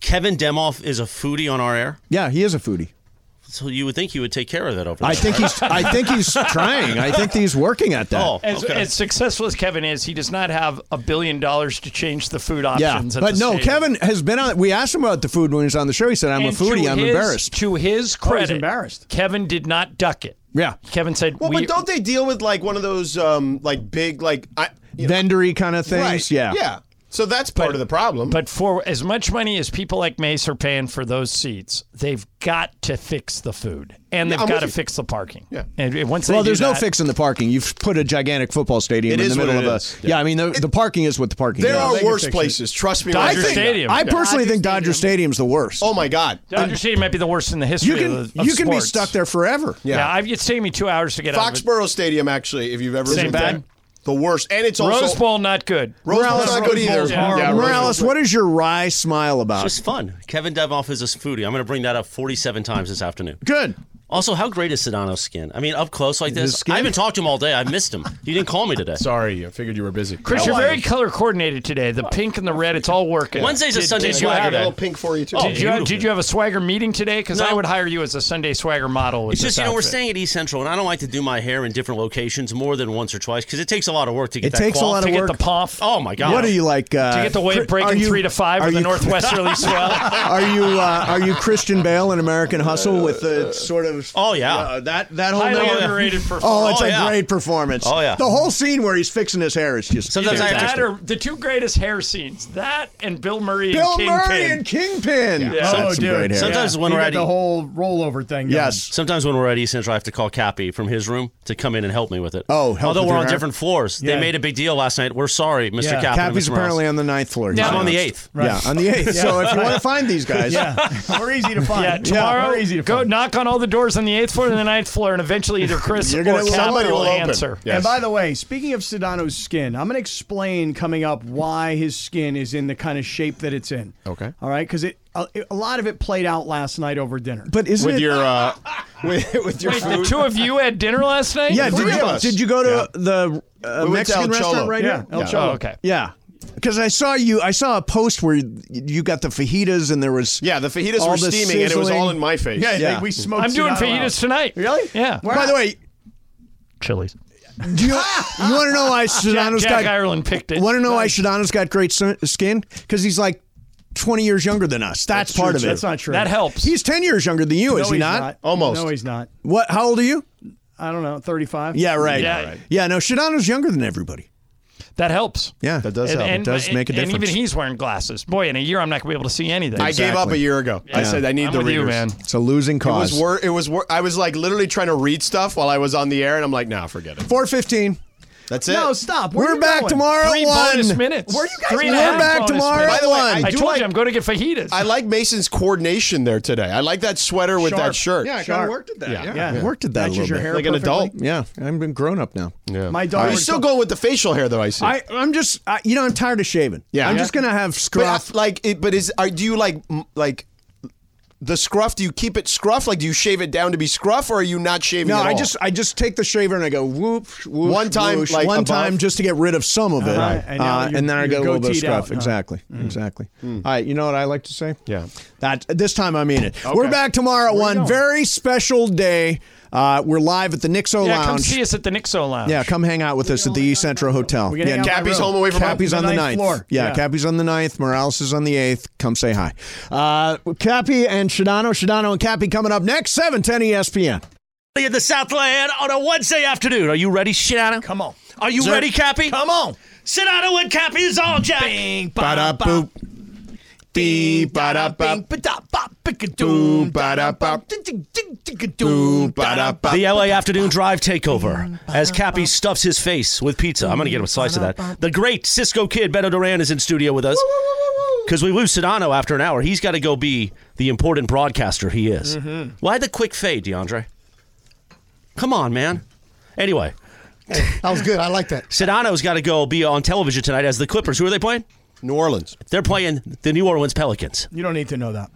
Speaker 5: Kevin Demoff is a foodie on our air?
Speaker 1: Yeah, he is a foodie.
Speaker 5: So you would think he would take care of that over there.
Speaker 1: I think he's. I think he's trying. I think he's working at that.
Speaker 5: Oh,
Speaker 2: As,
Speaker 5: okay.
Speaker 2: as successful as Kevin is, he does not have a billion dollars to change the food
Speaker 1: yeah,
Speaker 2: options. at
Speaker 1: but
Speaker 2: the
Speaker 1: no,
Speaker 2: stadium.
Speaker 1: Kevin has been on. We asked him about the food when he was on the show. He said, "I'm
Speaker 2: And
Speaker 1: a foodie.
Speaker 2: to
Speaker 1: I'm
Speaker 2: his-
Speaker 1: embarrassed."
Speaker 2: To his credit,
Speaker 4: embarrassed.
Speaker 2: Kevin did not duck it.
Speaker 1: Yeah.
Speaker 2: Kevin said,
Speaker 3: well,
Speaker 2: we,
Speaker 3: but don't they deal with like one of those um like big like I you know,
Speaker 1: Vendory kind of things.
Speaker 3: right,
Speaker 1: Yeah,
Speaker 3: yeah. So that's part of the problem.
Speaker 2: But for as much money as people like Mace are paying for those seats, they've got to fix the food and they've
Speaker 3: I'm
Speaker 2: got
Speaker 3: with
Speaker 2: to
Speaker 3: you.
Speaker 2: fix the parking.
Speaker 3: Yeah.
Speaker 2: And and once they
Speaker 1: Well,
Speaker 2: do
Speaker 1: there's no
Speaker 2: that-
Speaker 1: fix in the parking. You've put a gigantic football stadium
Speaker 3: It
Speaker 1: in
Speaker 3: is
Speaker 1: the middle
Speaker 3: what
Speaker 1: of
Speaker 3: it
Speaker 1: a.
Speaker 3: is.
Speaker 1: Yeah. I mean, the, the parking is what the parking
Speaker 3: there
Speaker 1: is.
Speaker 3: are
Speaker 4: can
Speaker 3: worse
Speaker 4: fix it.
Speaker 3: places. Trust me.
Speaker 2: Dodger
Speaker 3: when I think-
Speaker 2: Stadium.
Speaker 1: I personally think
Speaker 4: Dodger
Speaker 1: Dodger Stadium's the worst.
Speaker 3: Oh my God.
Speaker 2: Dodger Stadium might be the worst in the history
Speaker 1: you can
Speaker 2: of, the, of
Speaker 1: you can be
Speaker 2: sports.
Speaker 1: stuck there forever.
Speaker 2: Yeah, I've, it's taking me two hours to get out. Of it.
Speaker 3: Foxborough Stadium, actually, if you've ever
Speaker 2: Same
Speaker 3: been
Speaker 2: bad?
Speaker 3: there, the worst. And it's
Speaker 2: Rose
Speaker 3: also
Speaker 2: Bowl, not good.
Speaker 3: Rose Bowl's not good
Speaker 4: Rose
Speaker 3: either.
Speaker 4: Bowl's horrible.
Speaker 3: Yeah, Rose
Speaker 1: Morales,
Speaker 3: Bowl's
Speaker 1: what is your wry smile about?
Speaker 5: Just fun. Kevin Demoff is a foodie. I'm going to bring that up 47 times this afternoon.
Speaker 1: Good.
Speaker 5: Also, how great is Sedano's skin? I mean, up close like this.
Speaker 1: skin?
Speaker 5: I haven't talked to him all day. I missed him. You didn't call me today.
Speaker 3: Sorry, I figured you were busy.
Speaker 2: Chris, you're very color coordinated today. The pink and the red, it's all working.
Speaker 5: Wednesday's a
Speaker 2: Did-
Speaker 5: Sunday
Speaker 2: did you
Speaker 5: swagger
Speaker 2: have-
Speaker 5: day.
Speaker 3: pink for you too.
Speaker 1: Oh,
Speaker 2: Did you,
Speaker 5: beautiful.
Speaker 2: did you have a swagger meeting today? Because I
Speaker 5: No.
Speaker 2: would hire you as a Sunday swagger model. With
Speaker 5: It's just,
Speaker 2: this
Speaker 5: you know, we're
Speaker 2: outfit.
Speaker 5: staying at East Central, and I don't like to do my hair in different locations more than once or twice because it takes a lot of work to get
Speaker 1: It
Speaker 5: that
Speaker 1: takes a
Speaker 5: qual-
Speaker 1: lot
Speaker 2: to
Speaker 1: of
Speaker 2: get
Speaker 1: work.
Speaker 2: the pomp.
Speaker 5: Oh, my God.
Speaker 1: What are you like? Uh,
Speaker 2: to get the wave
Speaker 1: Chri- are
Speaker 2: breaking
Speaker 1: you-
Speaker 2: three to five
Speaker 1: are
Speaker 2: with the
Speaker 1: you-
Speaker 2: northwesterly swell.
Speaker 1: Are you uh, are you Christian Bale in American Hustle with the sort of?
Speaker 5: Oh, yeah.
Speaker 1: uh, that that whole.
Speaker 2: Highly
Speaker 1: number-
Speaker 2: underrated
Speaker 1: Oh,
Speaker 2: performance.
Speaker 1: it's
Speaker 5: Oh,
Speaker 1: a
Speaker 5: yeah.
Speaker 1: great performance.
Speaker 5: Oh, yeah.
Speaker 1: The whole scene where he's fixing his hair is just.
Speaker 5: Sometimes I have
Speaker 2: that
Speaker 5: to-
Speaker 2: or the two greatest hair scenes. That and Bill Murray
Speaker 1: Bill
Speaker 2: and Kingpin.
Speaker 1: Murray and Kingpin.
Speaker 2: Yeah.
Speaker 1: That's
Speaker 4: Oh,
Speaker 1: some
Speaker 4: dude.
Speaker 1: great hair.
Speaker 5: Sometimes
Speaker 4: Yeah.
Speaker 5: when
Speaker 4: You
Speaker 5: we're
Speaker 4: got
Speaker 5: at
Speaker 4: the
Speaker 5: E-
Speaker 4: whole rollover thing. going.
Speaker 1: Yes.
Speaker 5: Sometimes when we're at East Central, I have to call Cappy from his room to come in and help me with it.
Speaker 1: Oh, help
Speaker 5: although
Speaker 1: with
Speaker 5: we're
Speaker 1: your
Speaker 5: on
Speaker 1: hair?
Speaker 5: different floors.
Speaker 4: Yeah.
Speaker 5: They made a big deal last night. We're sorry, Mr.
Speaker 4: Yeah.
Speaker 5: Cappy. and
Speaker 1: Cappy's
Speaker 5: Mr. Morales.
Speaker 1: apparently on the ninth floor.
Speaker 2: Yeah.
Speaker 5: I'm on the
Speaker 2: announced.
Speaker 5: eighth.
Speaker 1: Yeah, on the eighth. So if you want to find these guys,
Speaker 4: Yeah, we're easy to find.
Speaker 2: Yeah, tomorrow
Speaker 4: we're easy to
Speaker 2: go
Speaker 4: find.
Speaker 2: knock on all the doors on the eighth floor and the ninth floor, and eventually either Chris
Speaker 1: You're
Speaker 2: or
Speaker 1: gonna-
Speaker 2: somebody
Speaker 1: somebody
Speaker 2: will
Speaker 3: will open.
Speaker 2: answer.
Speaker 3: Yeah. Yes.
Speaker 4: And by the way, speaking of Sedano's skin, I'm going to explain coming up why his skin is in the kind of shape that it's in.
Speaker 3: Okay.
Speaker 4: All right, because it a, a lot of it played out last night over dinner.
Speaker 1: but isn't
Speaker 3: with
Speaker 1: it?
Speaker 3: your uh, with, with your
Speaker 2: Wait, the
Speaker 3: food.
Speaker 2: two of you had dinner last night?
Speaker 1: yeah, did
Speaker 3: three of
Speaker 1: you,
Speaker 3: us.
Speaker 1: did you go to the uh,
Speaker 3: We went to
Speaker 1: Mexican
Speaker 3: El Cholo.
Speaker 1: restaurant right
Speaker 4: yeah,
Speaker 1: here?
Speaker 4: El
Speaker 3: Yeah.
Speaker 2: Oh,
Speaker 4: Cholo.
Speaker 2: okay.
Speaker 1: Yeah. Because I saw you, I saw a post where you- you got the fajitas and there was.
Speaker 3: yeah, the fajitas
Speaker 1: All
Speaker 3: were
Speaker 1: the
Speaker 3: steaming, and it was all
Speaker 1: sizzling-
Speaker 3: in my face.
Speaker 4: Yeah,
Speaker 1: Yeah.
Speaker 4: we smoked.
Speaker 2: I'm doing
Speaker 4: Sedano out.
Speaker 2: fajitas tonight.
Speaker 4: Really?
Speaker 2: Yeah.
Speaker 1: By the way,
Speaker 2: Chili's.
Speaker 1: Do you, you want to know why Sedano's
Speaker 2: Jack
Speaker 1: got
Speaker 2: Ireland picked it.
Speaker 1: Want to know why Sedano's got great s- skin? Because he's like 20 years younger than us. That's, part of it.
Speaker 4: That's not true.
Speaker 2: That helps.
Speaker 1: He's 10 years younger than you,
Speaker 4: No,
Speaker 1: is he
Speaker 4: he's
Speaker 1: not?
Speaker 3: Almost.
Speaker 4: No, he's not.
Speaker 1: What? How old are you?
Speaker 4: I don't know. Thirty-five.
Speaker 1: Yeah, right.
Speaker 2: Yeah. Right.
Speaker 1: yeah no, Shadano's younger than everybody.
Speaker 2: that helps.
Speaker 1: Yeah,
Speaker 3: That does help.
Speaker 1: It does make a
Speaker 2: and
Speaker 1: difference.
Speaker 2: even he's wearing glasses. Boy, in a year, I'm not going to be able to see anything.
Speaker 3: I gave up
Speaker 1: Exactly.
Speaker 3: a year ago. I said I need
Speaker 2: I'm
Speaker 3: the
Speaker 2: with
Speaker 3: readers.
Speaker 2: you, man.
Speaker 1: It's a losing
Speaker 3: It
Speaker 1: cause.
Speaker 3: was wor- it was wor- I was like literally trying to read stuff while I was on the air, and I'm like, nah, forget it.
Speaker 1: 415.
Speaker 3: That's it.
Speaker 4: No, stop. Where are
Speaker 1: We're
Speaker 4: you
Speaker 1: back
Speaker 4: going?
Speaker 1: tomorrow
Speaker 2: Three
Speaker 1: at
Speaker 2: bonus
Speaker 1: 1.
Speaker 2: minutes.
Speaker 4: Where are you guys
Speaker 2: Three and a
Speaker 1: going?
Speaker 2: half
Speaker 1: We're back
Speaker 2: bonus
Speaker 1: tomorrow
Speaker 2: minutes.
Speaker 1: at
Speaker 3: By the way,
Speaker 1: one.
Speaker 2: I
Speaker 3: do
Speaker 2: told
Speaker 3: like-
Speaker 2: you I'm going to get fajitas.
Speaker 3: I like Mason's coordination there today. I like that sweater with
Speaker 4: Sharp.
Speaker 3: that shirt.
Speaker 1: Yeah, I kind
Speaker 4: Sharp.
Speaker 1: of worked at that.
Speaker 3: Yeah.
Speaker 1: Yeah,
Speaker 4: Yeah.
Speaker 1: I worked at that
Speaker 4: Matches
Speaker 1: a little
Speaker 4: your
Speaker 1: bit.
Speaker 4: hair
Speaker 3: Like an
Speaker 4: perfectly.
Speaker 3: adult.
Speaker 1: Yeah, I've been grown up now.
Speaker 3: Yeah.
Speaker 4: My
Speaker 3: Are
Speaker 4: daughter-
Speaker 3: you still going with the facial hair though? I see.
Speaker 1: I, I'm just, I, you know, I'm tired of shaving.
Speaker 3: Yeah.
Speaker 1: I'm
Speaker 3: Yeah.
Speaker 1: just gonna have
Speaker 3: but I-
Speaker 1: scruff.
Speaker 3: like, it, but is are, do you like m- like the scruff? Do you keep it scruff? Like, do you shave it down to be scruff, or are you not shaving?
Speaker 1: no,
Speaker 3: at
Speaker 1: I
Speaker 3: all?
Speaker 1: just, I just take the shaver and I go whoop, whoop
Speaker 3: One time,
Speaker 1: whoosh,
Speaker 3: like,
Speaker 1: one
Speaker 3: above?
Speaker 1: time, just to get rid of some of it,
Speaker 4: Uh-huh. And now
Speaker 1: Uh,
Speaker 4: you're-
Speaker 1: and then I
Speaker 4: you're
Speaker 1: get a little bit of
Speaker 4: goateed out,
Speaker 1: scruff.
Speaker 4: huh?
Speaker 1: Exactly, exactly.
Speaker 3: Hmm.
Speaker 1: All right, you know what I like to say?
Speaker 3: Yeah.
Speaker 1: that this time I mean it. We're back tomorrow at one very special day. Uh, we're live at the Nixo
Speaker 2: Yeah, come
Speaker 1: Lounge.
Speaker 2: see us at the Nixo Lounge.
Speaker 1: Yeah, come hang out with us at the East Central Hotel.
Speaker 4: can
Speaker 1: yeah,
Speaker 4: hang out
Speaker 1: Cap-
Speaker 4: in my
Speaker 3: Cappy's
Speaker 4: room.
Speaker 3: home away from
Speaker 1: Cappy's on the
Speaker 4: ninth
Speaker 1: ninth.
Speaker 4: floor.
Speaker 1: Yeah,
Speaker 4: Yeah.
Speaker 1: Cappy's on the ninth. Morales is on the eighth. Come say hi. Uh, Cappy and Shadano, Shadano and Cappy coming up next, E 710 ESPN.
Speaker 5: In the Southland on a Wednesday afternoon. Are you ready, Shinano?
Speaker 4: Come on.
Speaker 5: Are you ready, Cappy?
Speaker 4: Come on.
Speaker 5: Shinano and Cappy is all jack.
Speaker 4: Bing,
Speaker 3: Ba da
Speaker 4: ba-da-boop.
Speaker 3: boop. Dee ba da bop.
Speaker 4: Boom,
Speaker 3: ba-da-bop. Boom, ba-da-bop.
Speaker 5: The LA afternoon drive takeover as Cappy stuffs his face with pizza. I'm going to get him a slice of that. The great Cisco kid Beto Duran is in studio with us because we lose Sedano after an hour. He's got to go be the important broadcaster he is.
Speaker 1: Mm-hmm.
Speaker 5: Why the quick fade, DeAndre? Come on, man. Anyway,
Speaker 6: That
Speaker 3: um,
Speaker 6: was good. I like that.
Speaker 5: Sedano's got to go be on television tonight as the Clippers. Who are they playing?
Speaker 3: New Orleans.
Speaker 5: They're playing the New Orleans Pelicans.
Speaker 4: You don't need to know that.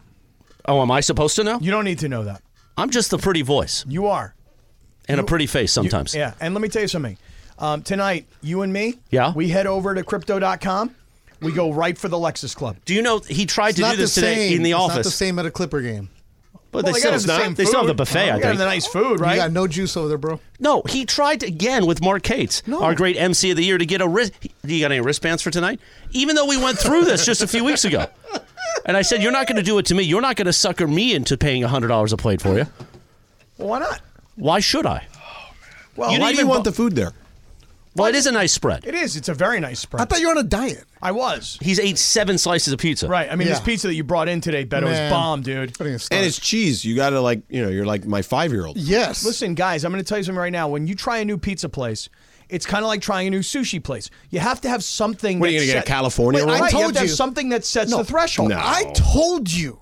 Speaker 5: Oh, am I supposed to know?
Speaker 4: You don't need to know that.
Speaker 5: I'm just the pretty voice
Speaker 4: You are.
Speaker 5: and a pretty face sometimes.
Speaker 4: Yeah. And let me tell you something. Um, tonight, you and me,
Speaker 5: Yeah.
Speaker 4: we head over to crypto.com. We go right for the Lexus Club.
Speaker 5: Do you know he tried to do
Speaker 6: Not the
Speaker 5: this today
Speaker 6: same.
Speaker 5: in the
Speaker 6: it's
Speaker 5: office?
Speaker 6: Not the same at a Clipper game.
Speaker 4: Well,
Speaker 5: But they,
Speaker 4: they
Speaker 5: still,
Speaker 4: gotta have the same
Speaker 5: they still have the
Speaker 4: food.
Speaker 5: buffet,
Speaker 4: You
Speaker 5: I
Speaker 4: got
Speaker 5: think.
Speaker 4: the nice food, right?
Speaker 6: You got no juice over there, bro.
Speaker 5: No, he tried again with Mark Cates, our great MC of the year, to get a wrist. Do you got any wristbands for tonight? Even though we went through this just a few weeks ago. And I said, You're not going to do it to me. You're not going to sucker me into paying $100 a plate for you.
Speaker 4: Well, why not?
Speaker 5: Why should I?
Speaker 4: Well,
Speaker 5: You
Speaker 3: Why do
Speaker 5: didn't
Speaker 3: you
Speaker 5: even
Speaker 3: want
Speaker 5: bu-
Speaker 3: the food there?
Speaker 5: Well, it is a nice spread.
Speaker 4: it is. It's a very nice
Speaker 6: I
Speaker 4: spread.
Speaker 6: thought you were on a diet.
Speaker 4: I was.
Speaker 5: He's ate seven slices of pizza.
Speaker 4: Right. I mean, this
Speaker 6: Yeah.
Speaker 4: pizza that you brought in today, Beto,
Speaker 6: Man.
Speaker 4: is bomb, dude.
Speaker 6: I think it's
Speaker 3: And it's cheese. You gotta like, you know, you're like my five year old.
Speaker 6: yes.
Speaker 4: Listen, guys, I'm going to tell you something right now. When you try a new pizza place, it's kind of like trying a new sushi place. You have to have something.
Speaker 3: What, are you
Speaker 4: that
Speaker 3: gonna get a
Speaker 4: set-
Speaker 3: California roll?
Speaker 4: Wait, right,
Speaker 6: I
Speaker 4: you have
Speaker 6: told
Speaker 4: to have
Speaker 6: you.
Speaker 4: something that sets the threshold.
Speaker 3: No.
Speaker 6: I told you.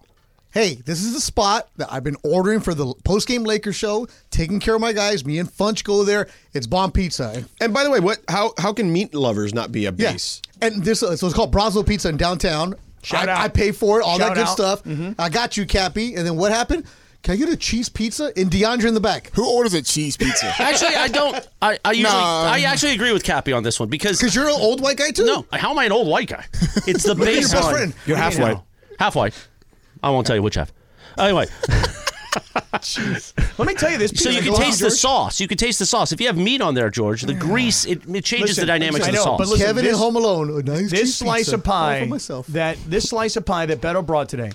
Speaker 6: Hey, this is the spot that I've been ordering for the post-game Lakers show. Taking care of my guys. Me and Funch go there. It's bomb pizza. And-
Speaker 3: And by the way, what? How how can meat lovers not be obese?
Speaker 6: Yes. And this uh, so it's called Brazzo Pizza in downtown.
Speaker 4: Shout
Speaker 6: I,
Speaker 4: out.
Speaker 6: I pay for it, all
Speaker 4: Shout
Speaker 6: that good
Speaker 4: out. Mm-hmm.
Speaker 6: stuff. I got you, Cappy. And then what happened? Can I get a cheese pizza? And DeAndre in the back.
Speaker 7: Who orders a cheese pizza?
Speaker 5: Actually, I don't. I, I usually.
Speaker 7: No.
Speaker 5: I actually agree with Cappy on this one because.
Speaker 6: Because you're an old white guy too.
Speaker 5: No, how am I an old white guy? It's the
Speaker 6: at your
Speaker 5: baseline.
Speaker 6: best friend.
Speaker 3: You're half
Speaker 5: You know,
Speaker 3: white.
Speaker 5: Half white. I won't tell you which half. Anyway,
Speaker 4: Let me tell you this.
Speaker 5: so
Speaker 4: pizza-
Speaker 5: you can
Speaker 4: Go on,
Speaker 5: taste the
Speaker 4: George.
Speaker 5: sauce. You can taste the sauce. If you have meat on there, George, the grease it, it changes
Speaker 4: Listen,
Speaker 5: the dynamics
Speaker 4: I
Speaker 5: of the
Speaker 4: know,
Speaker 5: sauce.
Speaker 4: but listen,
Speaker 6: Kevin
Speaker 4: this-
Speaker 6: in Home Alone. A nice
Speaker 4: This
Speaker 6: cheese
Speaker 4: slice
Speaker 6: pizza.
Speaker 4: of
Speaker 6: All
Speaker 4: pie
Speaker 6: for myself.
Speaker 4: that this slice of pie that Beto brought today,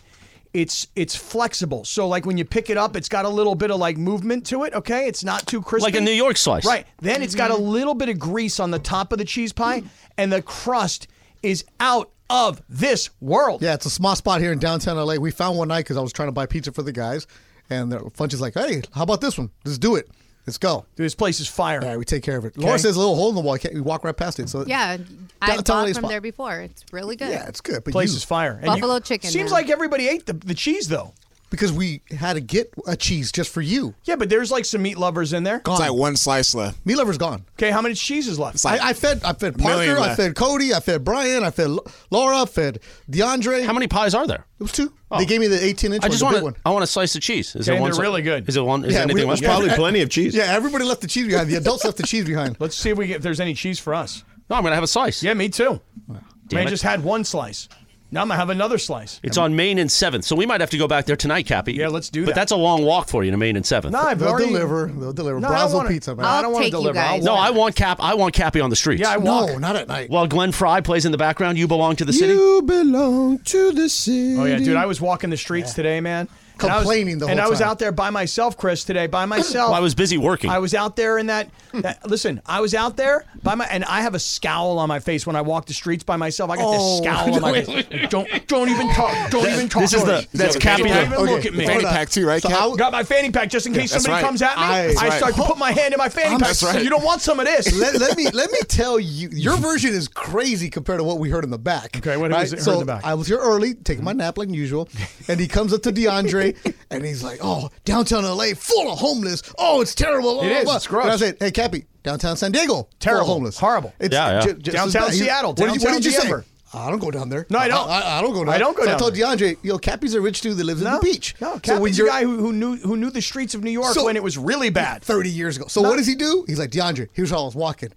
Speaker 4: it's it's flexible. So like when you pick it up, it's got a little bit of like movement to it. Okay, it's not too crispy.
Speaker 5: Like a New York slice.
Speaker 4: Right. Then it's got a
Speaker 6: Mm-hmm.
Speaker 4: little bit of grease on the top of the cheese pie, and the crust is out of this world.
Speaker 6: Yeah, it's a small spot here in downtown LA. We found one night because I was trying to buy pizza for the guys, and the Funch is like, "Hey, how about this one? Let's do it. Let's go."
Speaker 4: Dude, this place is fire.
Speaker 6: All right, we take care of it. Laura says a little hole in the wall. Can't, we walk right past it. So
Speaker 8: Yeah,
Speaker 6: Downtown
Speaker 8: I bought
Speaker 6: LA
Speaker 8: from
Speaker 6: spot.
Speaker 8: there before. It's really good.
Speaker 6: yeah, it's good. But
Speaker 4: place
Speaker 6: you-
Speaker 4: is fire. And
Speaker 8: Buffalo chicken,
Speaker 4: Seems
Speaker 8: man.
Speaker 4: like everybody ate the, the cheese though.
Speaker 6: because we had to get a cheese just for you.
Speaker 4: Yeah, but there's like some meat lovers in there.
Speaker 7: It's like one slice left.
Speaker 6: Meat lover's gone.
Speaker 4: Okay, how many cheeses left?
Speaker 7: like-
Speaker 6: I, I fed I fed
Speaker 7: Million
Speaker 6: Parker, I
Speaker 7: left.
Speaker 6: fed Cody, I fed Brian, I fed L- Laura, I fed DeAndre.
Speaker 5: How many pies are there?
Speaker 6: It was two. They gave me the 18 inch.
Speaker 5: I
Speaker 6: one,
Speaker 5: just
Speaker 6: the
Speaker 5: want
Speaker 6: big one.
Speaker 5: I want a slice of cheese. Is
Speaker 4: Okay,
Speaker 5: there one?
Speaker 4: they're
Speaker 5: sli-
Speaker 4: really good.
Speaker 5: Is it one? Is
Speaker 6: Yeah,
Speaker 5: anything
Speaker 6: we-
Speaker 5: left?
Speaker 6: yeah,
Speaker 3: Probably plenty of cheese.
Speaker 6: Yeah, everybody left the cheese behind. The adults left the cheese behind.
Speaker 4: Let's see if we get if there's any cheese for us.
Speaker 5: No, I'm gonna have a slice.
Speaker 4: Yeah, me too. Man,
Speaker 5: it.
Speaker 4: just had one slice. Now I'm gonna have another slice.
Speaker 5: It's on Main and Seventh, so we might have to go back there tonight, Cappy.
Speaker 4: Yeah, let's do
Speaker 5: But
Speaker 4: that.
Speaker 5: that's a long walk for you to Main and Seventh.
Speaker 4: No, I've
Speaker 6: They'll
Speaker 4: already-
Speaker 6: deliver. They'll deliver.
Speaker 4: No, I don't
Speaker 6: Brazel
Speaker 4: wanna-
Speaker 6: pizza, man.
Speaker 4: I
Speaker 8: I'll
Speaker 4: don't want to
Speaker 8: take you
Speaker 4: deliver. I'll
Speaker 8: guys.
Speaker 5: no,
Speaker 4: walk.
Speaker 5: I want Cap. I want Cappy on the streets.
Speaker 4: Yeah, I walk.
Speaker 6: No, not at night.
Speaker 5: While Glenn Fry plays in the background, you belong to the city.
Speaker 3: You belong to the city.
Speaker 4: Oh yeah, dude, I was walking the streets today, man. And I was-
Speaker 6: Complaining the
Speaker 4: And
Speaker 6: whole
Speaker 4: I was
Speaker 6: time.
Speaker 4: out there by myself, Chris, today, by myself.
Speaker 5: Well, I was busy working.
Speaker 4: I was out there in that, that- Listen, I was out there by my, and I have a scowl on my face when I walk the streets by myself. I got this scowl on my face. Don't, don't even talk. Don't even talk.
Speaker 5: this is
Speaker 4: to
Speaker 5: the-
Speaker 4: me.
Speaker 5: that's
Speaker 4: Don't
Speaker 5: Cappy
Speaker 4: even
Speaker 5: the-
Speaker 4: look at me.
Speaker 7: Fanny pack too, right?
Speaker 6: So
Speaker 7: Cap?
Speaker 6: how-
Speaker 4: got my fanny pack just in case
Speaker 7: that's
Speaker 4: somebody
Speaker 7: right.
Speaker 4: comes at me.
Speaker 7: I-
Speaker 4: I,
Speaker 7: that's right.
Speaker 4: start to put my hand in my fanny pack.
Speaker 7: That's right.
Speaker 4: You don't want some of this.
Speaker 6: let, let me let me tell you, your version is crazy compared to what we heard in the back.
Speaker 4: Okay, what was it heard
Speaker 6: so
Speaker 4: in the back?
Speaker 6: I was here early, taking my nap like usual, and he comes up to DeAndre and he's like, "Oh, downtown LA, full of homeless. Oh, it's terrible. Blah,
Speaker 4: It
Speaker 6: blah,
Speaker 4: is.
Speaker 6: blah."
Speaker 4: It's gross.
Speaker 6: And I said, "Hey, Cappy, downtown San Diego,
Speaker 4: Terrible.
Speaker 6: full of homeless,
Speaker 4: Horrible.
Speaker 6: It's
Speaker 5: Yeah, yeah.
Speaker 6: ju- just as
Speaker 4: Downtown
Speaker 6: bad." He-
Speaker 4: Seattle,
Speaker 6: What did you, what
Speaker 4: downtown
Speaker 6: did you say?
Speaker 4: Denver.
Speaker 6: I don't go down there.
Speaker 4: No, I don't.
Speaker 6: I, I don't go down.
Speaker 4: I don't go
Speaker 6: so
Speaker 4: down
Speaker 6: I told
Speaker 4: there.
Speaker 6: DeAndre, "Yo, Cappy's a rich dude that lives in
Speaker 4: no,
Speaker 6: the beach.
Speaker 4: No,
Speaker 6: so when
Speaker 4: Cappy's a
Speaker 6: you're
Speaker 4: guy who, who knew who knew the streets of New York
Speaker 6: So-
Speaker 4: when it was really bad.
Speaker 6: 30 years ago. So what does he do? He's like, DeAndre, here's how I was walking.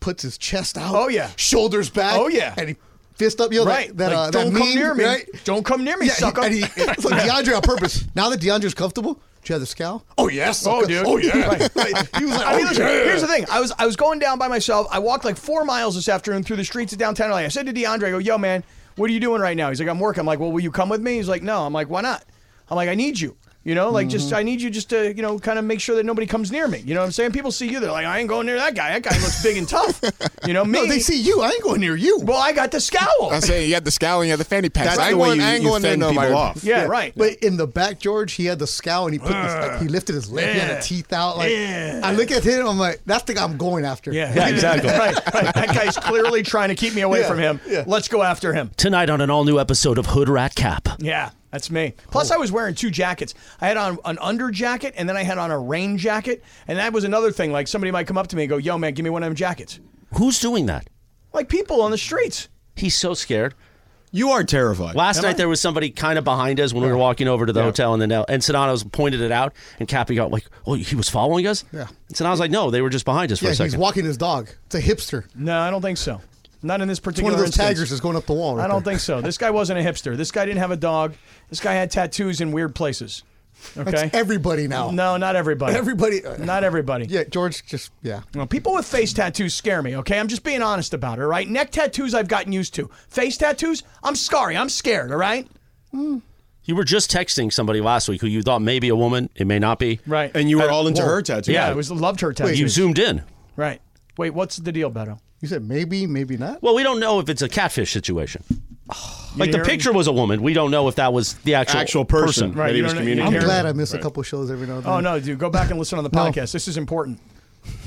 Speaker 6: Puts his chest out.
Speaker 4: Oh, yeah.
Speaker 6: Shoulders back.
Speaker 4: Oh, yeah.
Speaker 6: And he fist up, you know, that-
Speaker 4: Right.
Speaker 6: that,
Speaker 4: Like,
Speaker 6: uh, that
Speaker 4: don't come
Speaker 6: meme,
Speaker 4: near me.
Speaker 6: right?
Speaker 4: Don't come near me,
Speaker 6: Yeah,
Speaker 4: sucker.
Speaker 6: and he- so DeAndre on purpose. Now that DeAndre's comfortable, do you have the scowl?
Speaker 7: Oh yes.
Speaker 4: Oh, dude.
Speaker 7: Oh yeah.
Speaker 4: Right.
Speaker 6: He was like,
Speaker 4: I mean,
Speaker 6: "Oh,
Speaker 4: listen,
Speaker 6: yeah."
Speaker 4: here's the thing. I was I was going down by myself. I walked like four miles this afternoon through the streets of downtown LA. I said to DeAndre, I go, yo, man, what are you doing right now? He's like, I'm working. I'm like, well, will you come with me? He's like, no. I'm like, why not? I'm like, I need you. You know, like just
Speaker 6: Mm-hmm.
Speaker 4: I need you just to, you know, kind of make sure that nobody comes near me. You know what I'm saying? People see you, they're like, I ain't going near that guy. That guy looks big and tough. You know, me.
Speaker 6: No, they see you. I ain't going near you.
Speaker 4: well, I got the scowl.
Speaker 7: I'm saying you had the scowl and you had the fanny pack.
Speaker 3: That's
Speaker 7: I
Speaker 3: the
Speaker 7: ain't
Speaker 3: way
Speaker 7: going-
Speaker 3: you-
Speaker 7: I ain't
Speaker 3: you
Speaker 7: going there
Speaker 3: fend
Speaker 7: no
Speaker 3: people
Speaker 7: matter-
Speaker 3: off.
Speaker 4: yeah, right. Uh,
Speaker 6: But in the back, George, he had the scowl and he put this, like, he lifted his lip, he had a teeth out. Like I look at him, I'm like, that's the guy I'm going after.
Speaker 4: yeah,
Speaker 5: Yeah, exactly.
Speaker 4: right, right. That guy's clearly trying to keep me away
Speaker 6: Yeah,
Speaker 4: from him.
Speaker 6: yeah.
Speaker 4: Let's go after him.
Speaker 5: Tonight on an all new episode of Hood Rat Cap.
Speaker 4: Yeah, that's me. Plus, I was wearing two jackets. I had on an under jacket, and then I had on a rain jacket, and that was another thing. Like somebody might come up to me and go, "Yo, man, give me one of them jackets."
Speaker 5: Who's doing that?
Speaker 4: Like people on the streets.
Speaker 5: He's so scared.
Speaker 3: You are terrified.
Speaker 5: Last night there was somebody kind of behind us when we were walking over to the hotel, and then uh, and Sonato's pointed it out, and Cappy got like, "Oh, he was following us."
Speaker 6: Yeah.
Speaker 5: And Sonato's like, "No, they were just behind us for
Speaker 6: Yeah,
Speaker 5: a second.
Speaker 6: he's walking his dog. It's a hipster.
Speaker 4: No, I don't think so. Not in this
Speaker 6: It's one
Speaker 4: particular
Speaker 6: of those
Speaker 4: instance.
Speaker 6: taggers that's going up the wall. Right
Speaker 4: I don't
Speaker 6: there.
Speaker 4: think so. This guy wasn't a hipster. This guy didn't have a dog. This guy had tattoos in weird places. Okay.
Speaker 6: That's everybody now.
Speaker 4: no, not everybody.
Speaker 6: Everybody. uh,
Speaker 4: Not everybody.
Speaker 6: Yeah, George just yeah.
Speaker 4: Well, people with face tattoos scare me, okay? I'm just being honest about it, all right? Neck tattoos I've gotten used to. Face tattoos, I'm sorry, I'm scared, all right?
Speaker 5: you were just texting somebody last week who you thought maybe a woman, it may not be.
Speaker 4: Right.
Speaker 3: and you were all into her tattoo.
Speaker 4: Yeah,
Speaker 5: Yeah.
Speaker 4: it was loved her tattoos.
Speaker 5: You zoomed in.
Speaker 4: right. Wait, what's the deal, Beto?
Speaker 6: You said maybe, maybe not.
Speaker 5: Well, we don't know if it's a catfish situation. like the
Speaker 4: hearing-
Speaker 5: picture was a woman. We don't know if that was the actual,
Speaker 3: Actual person,
Speaker 4: Right,
Speaker 3: that he
Speaker 4: you
Speaker 3: was
Speaker 4: don't know- you
Speaker 3: communicating.
Speaker 6: I'm
Speaker 4: Aaron-
Speaker 6: glad I miss a couple shows every now and then.
Speaker 4: Oh no, dude, go back and listen on the podcast. This is important.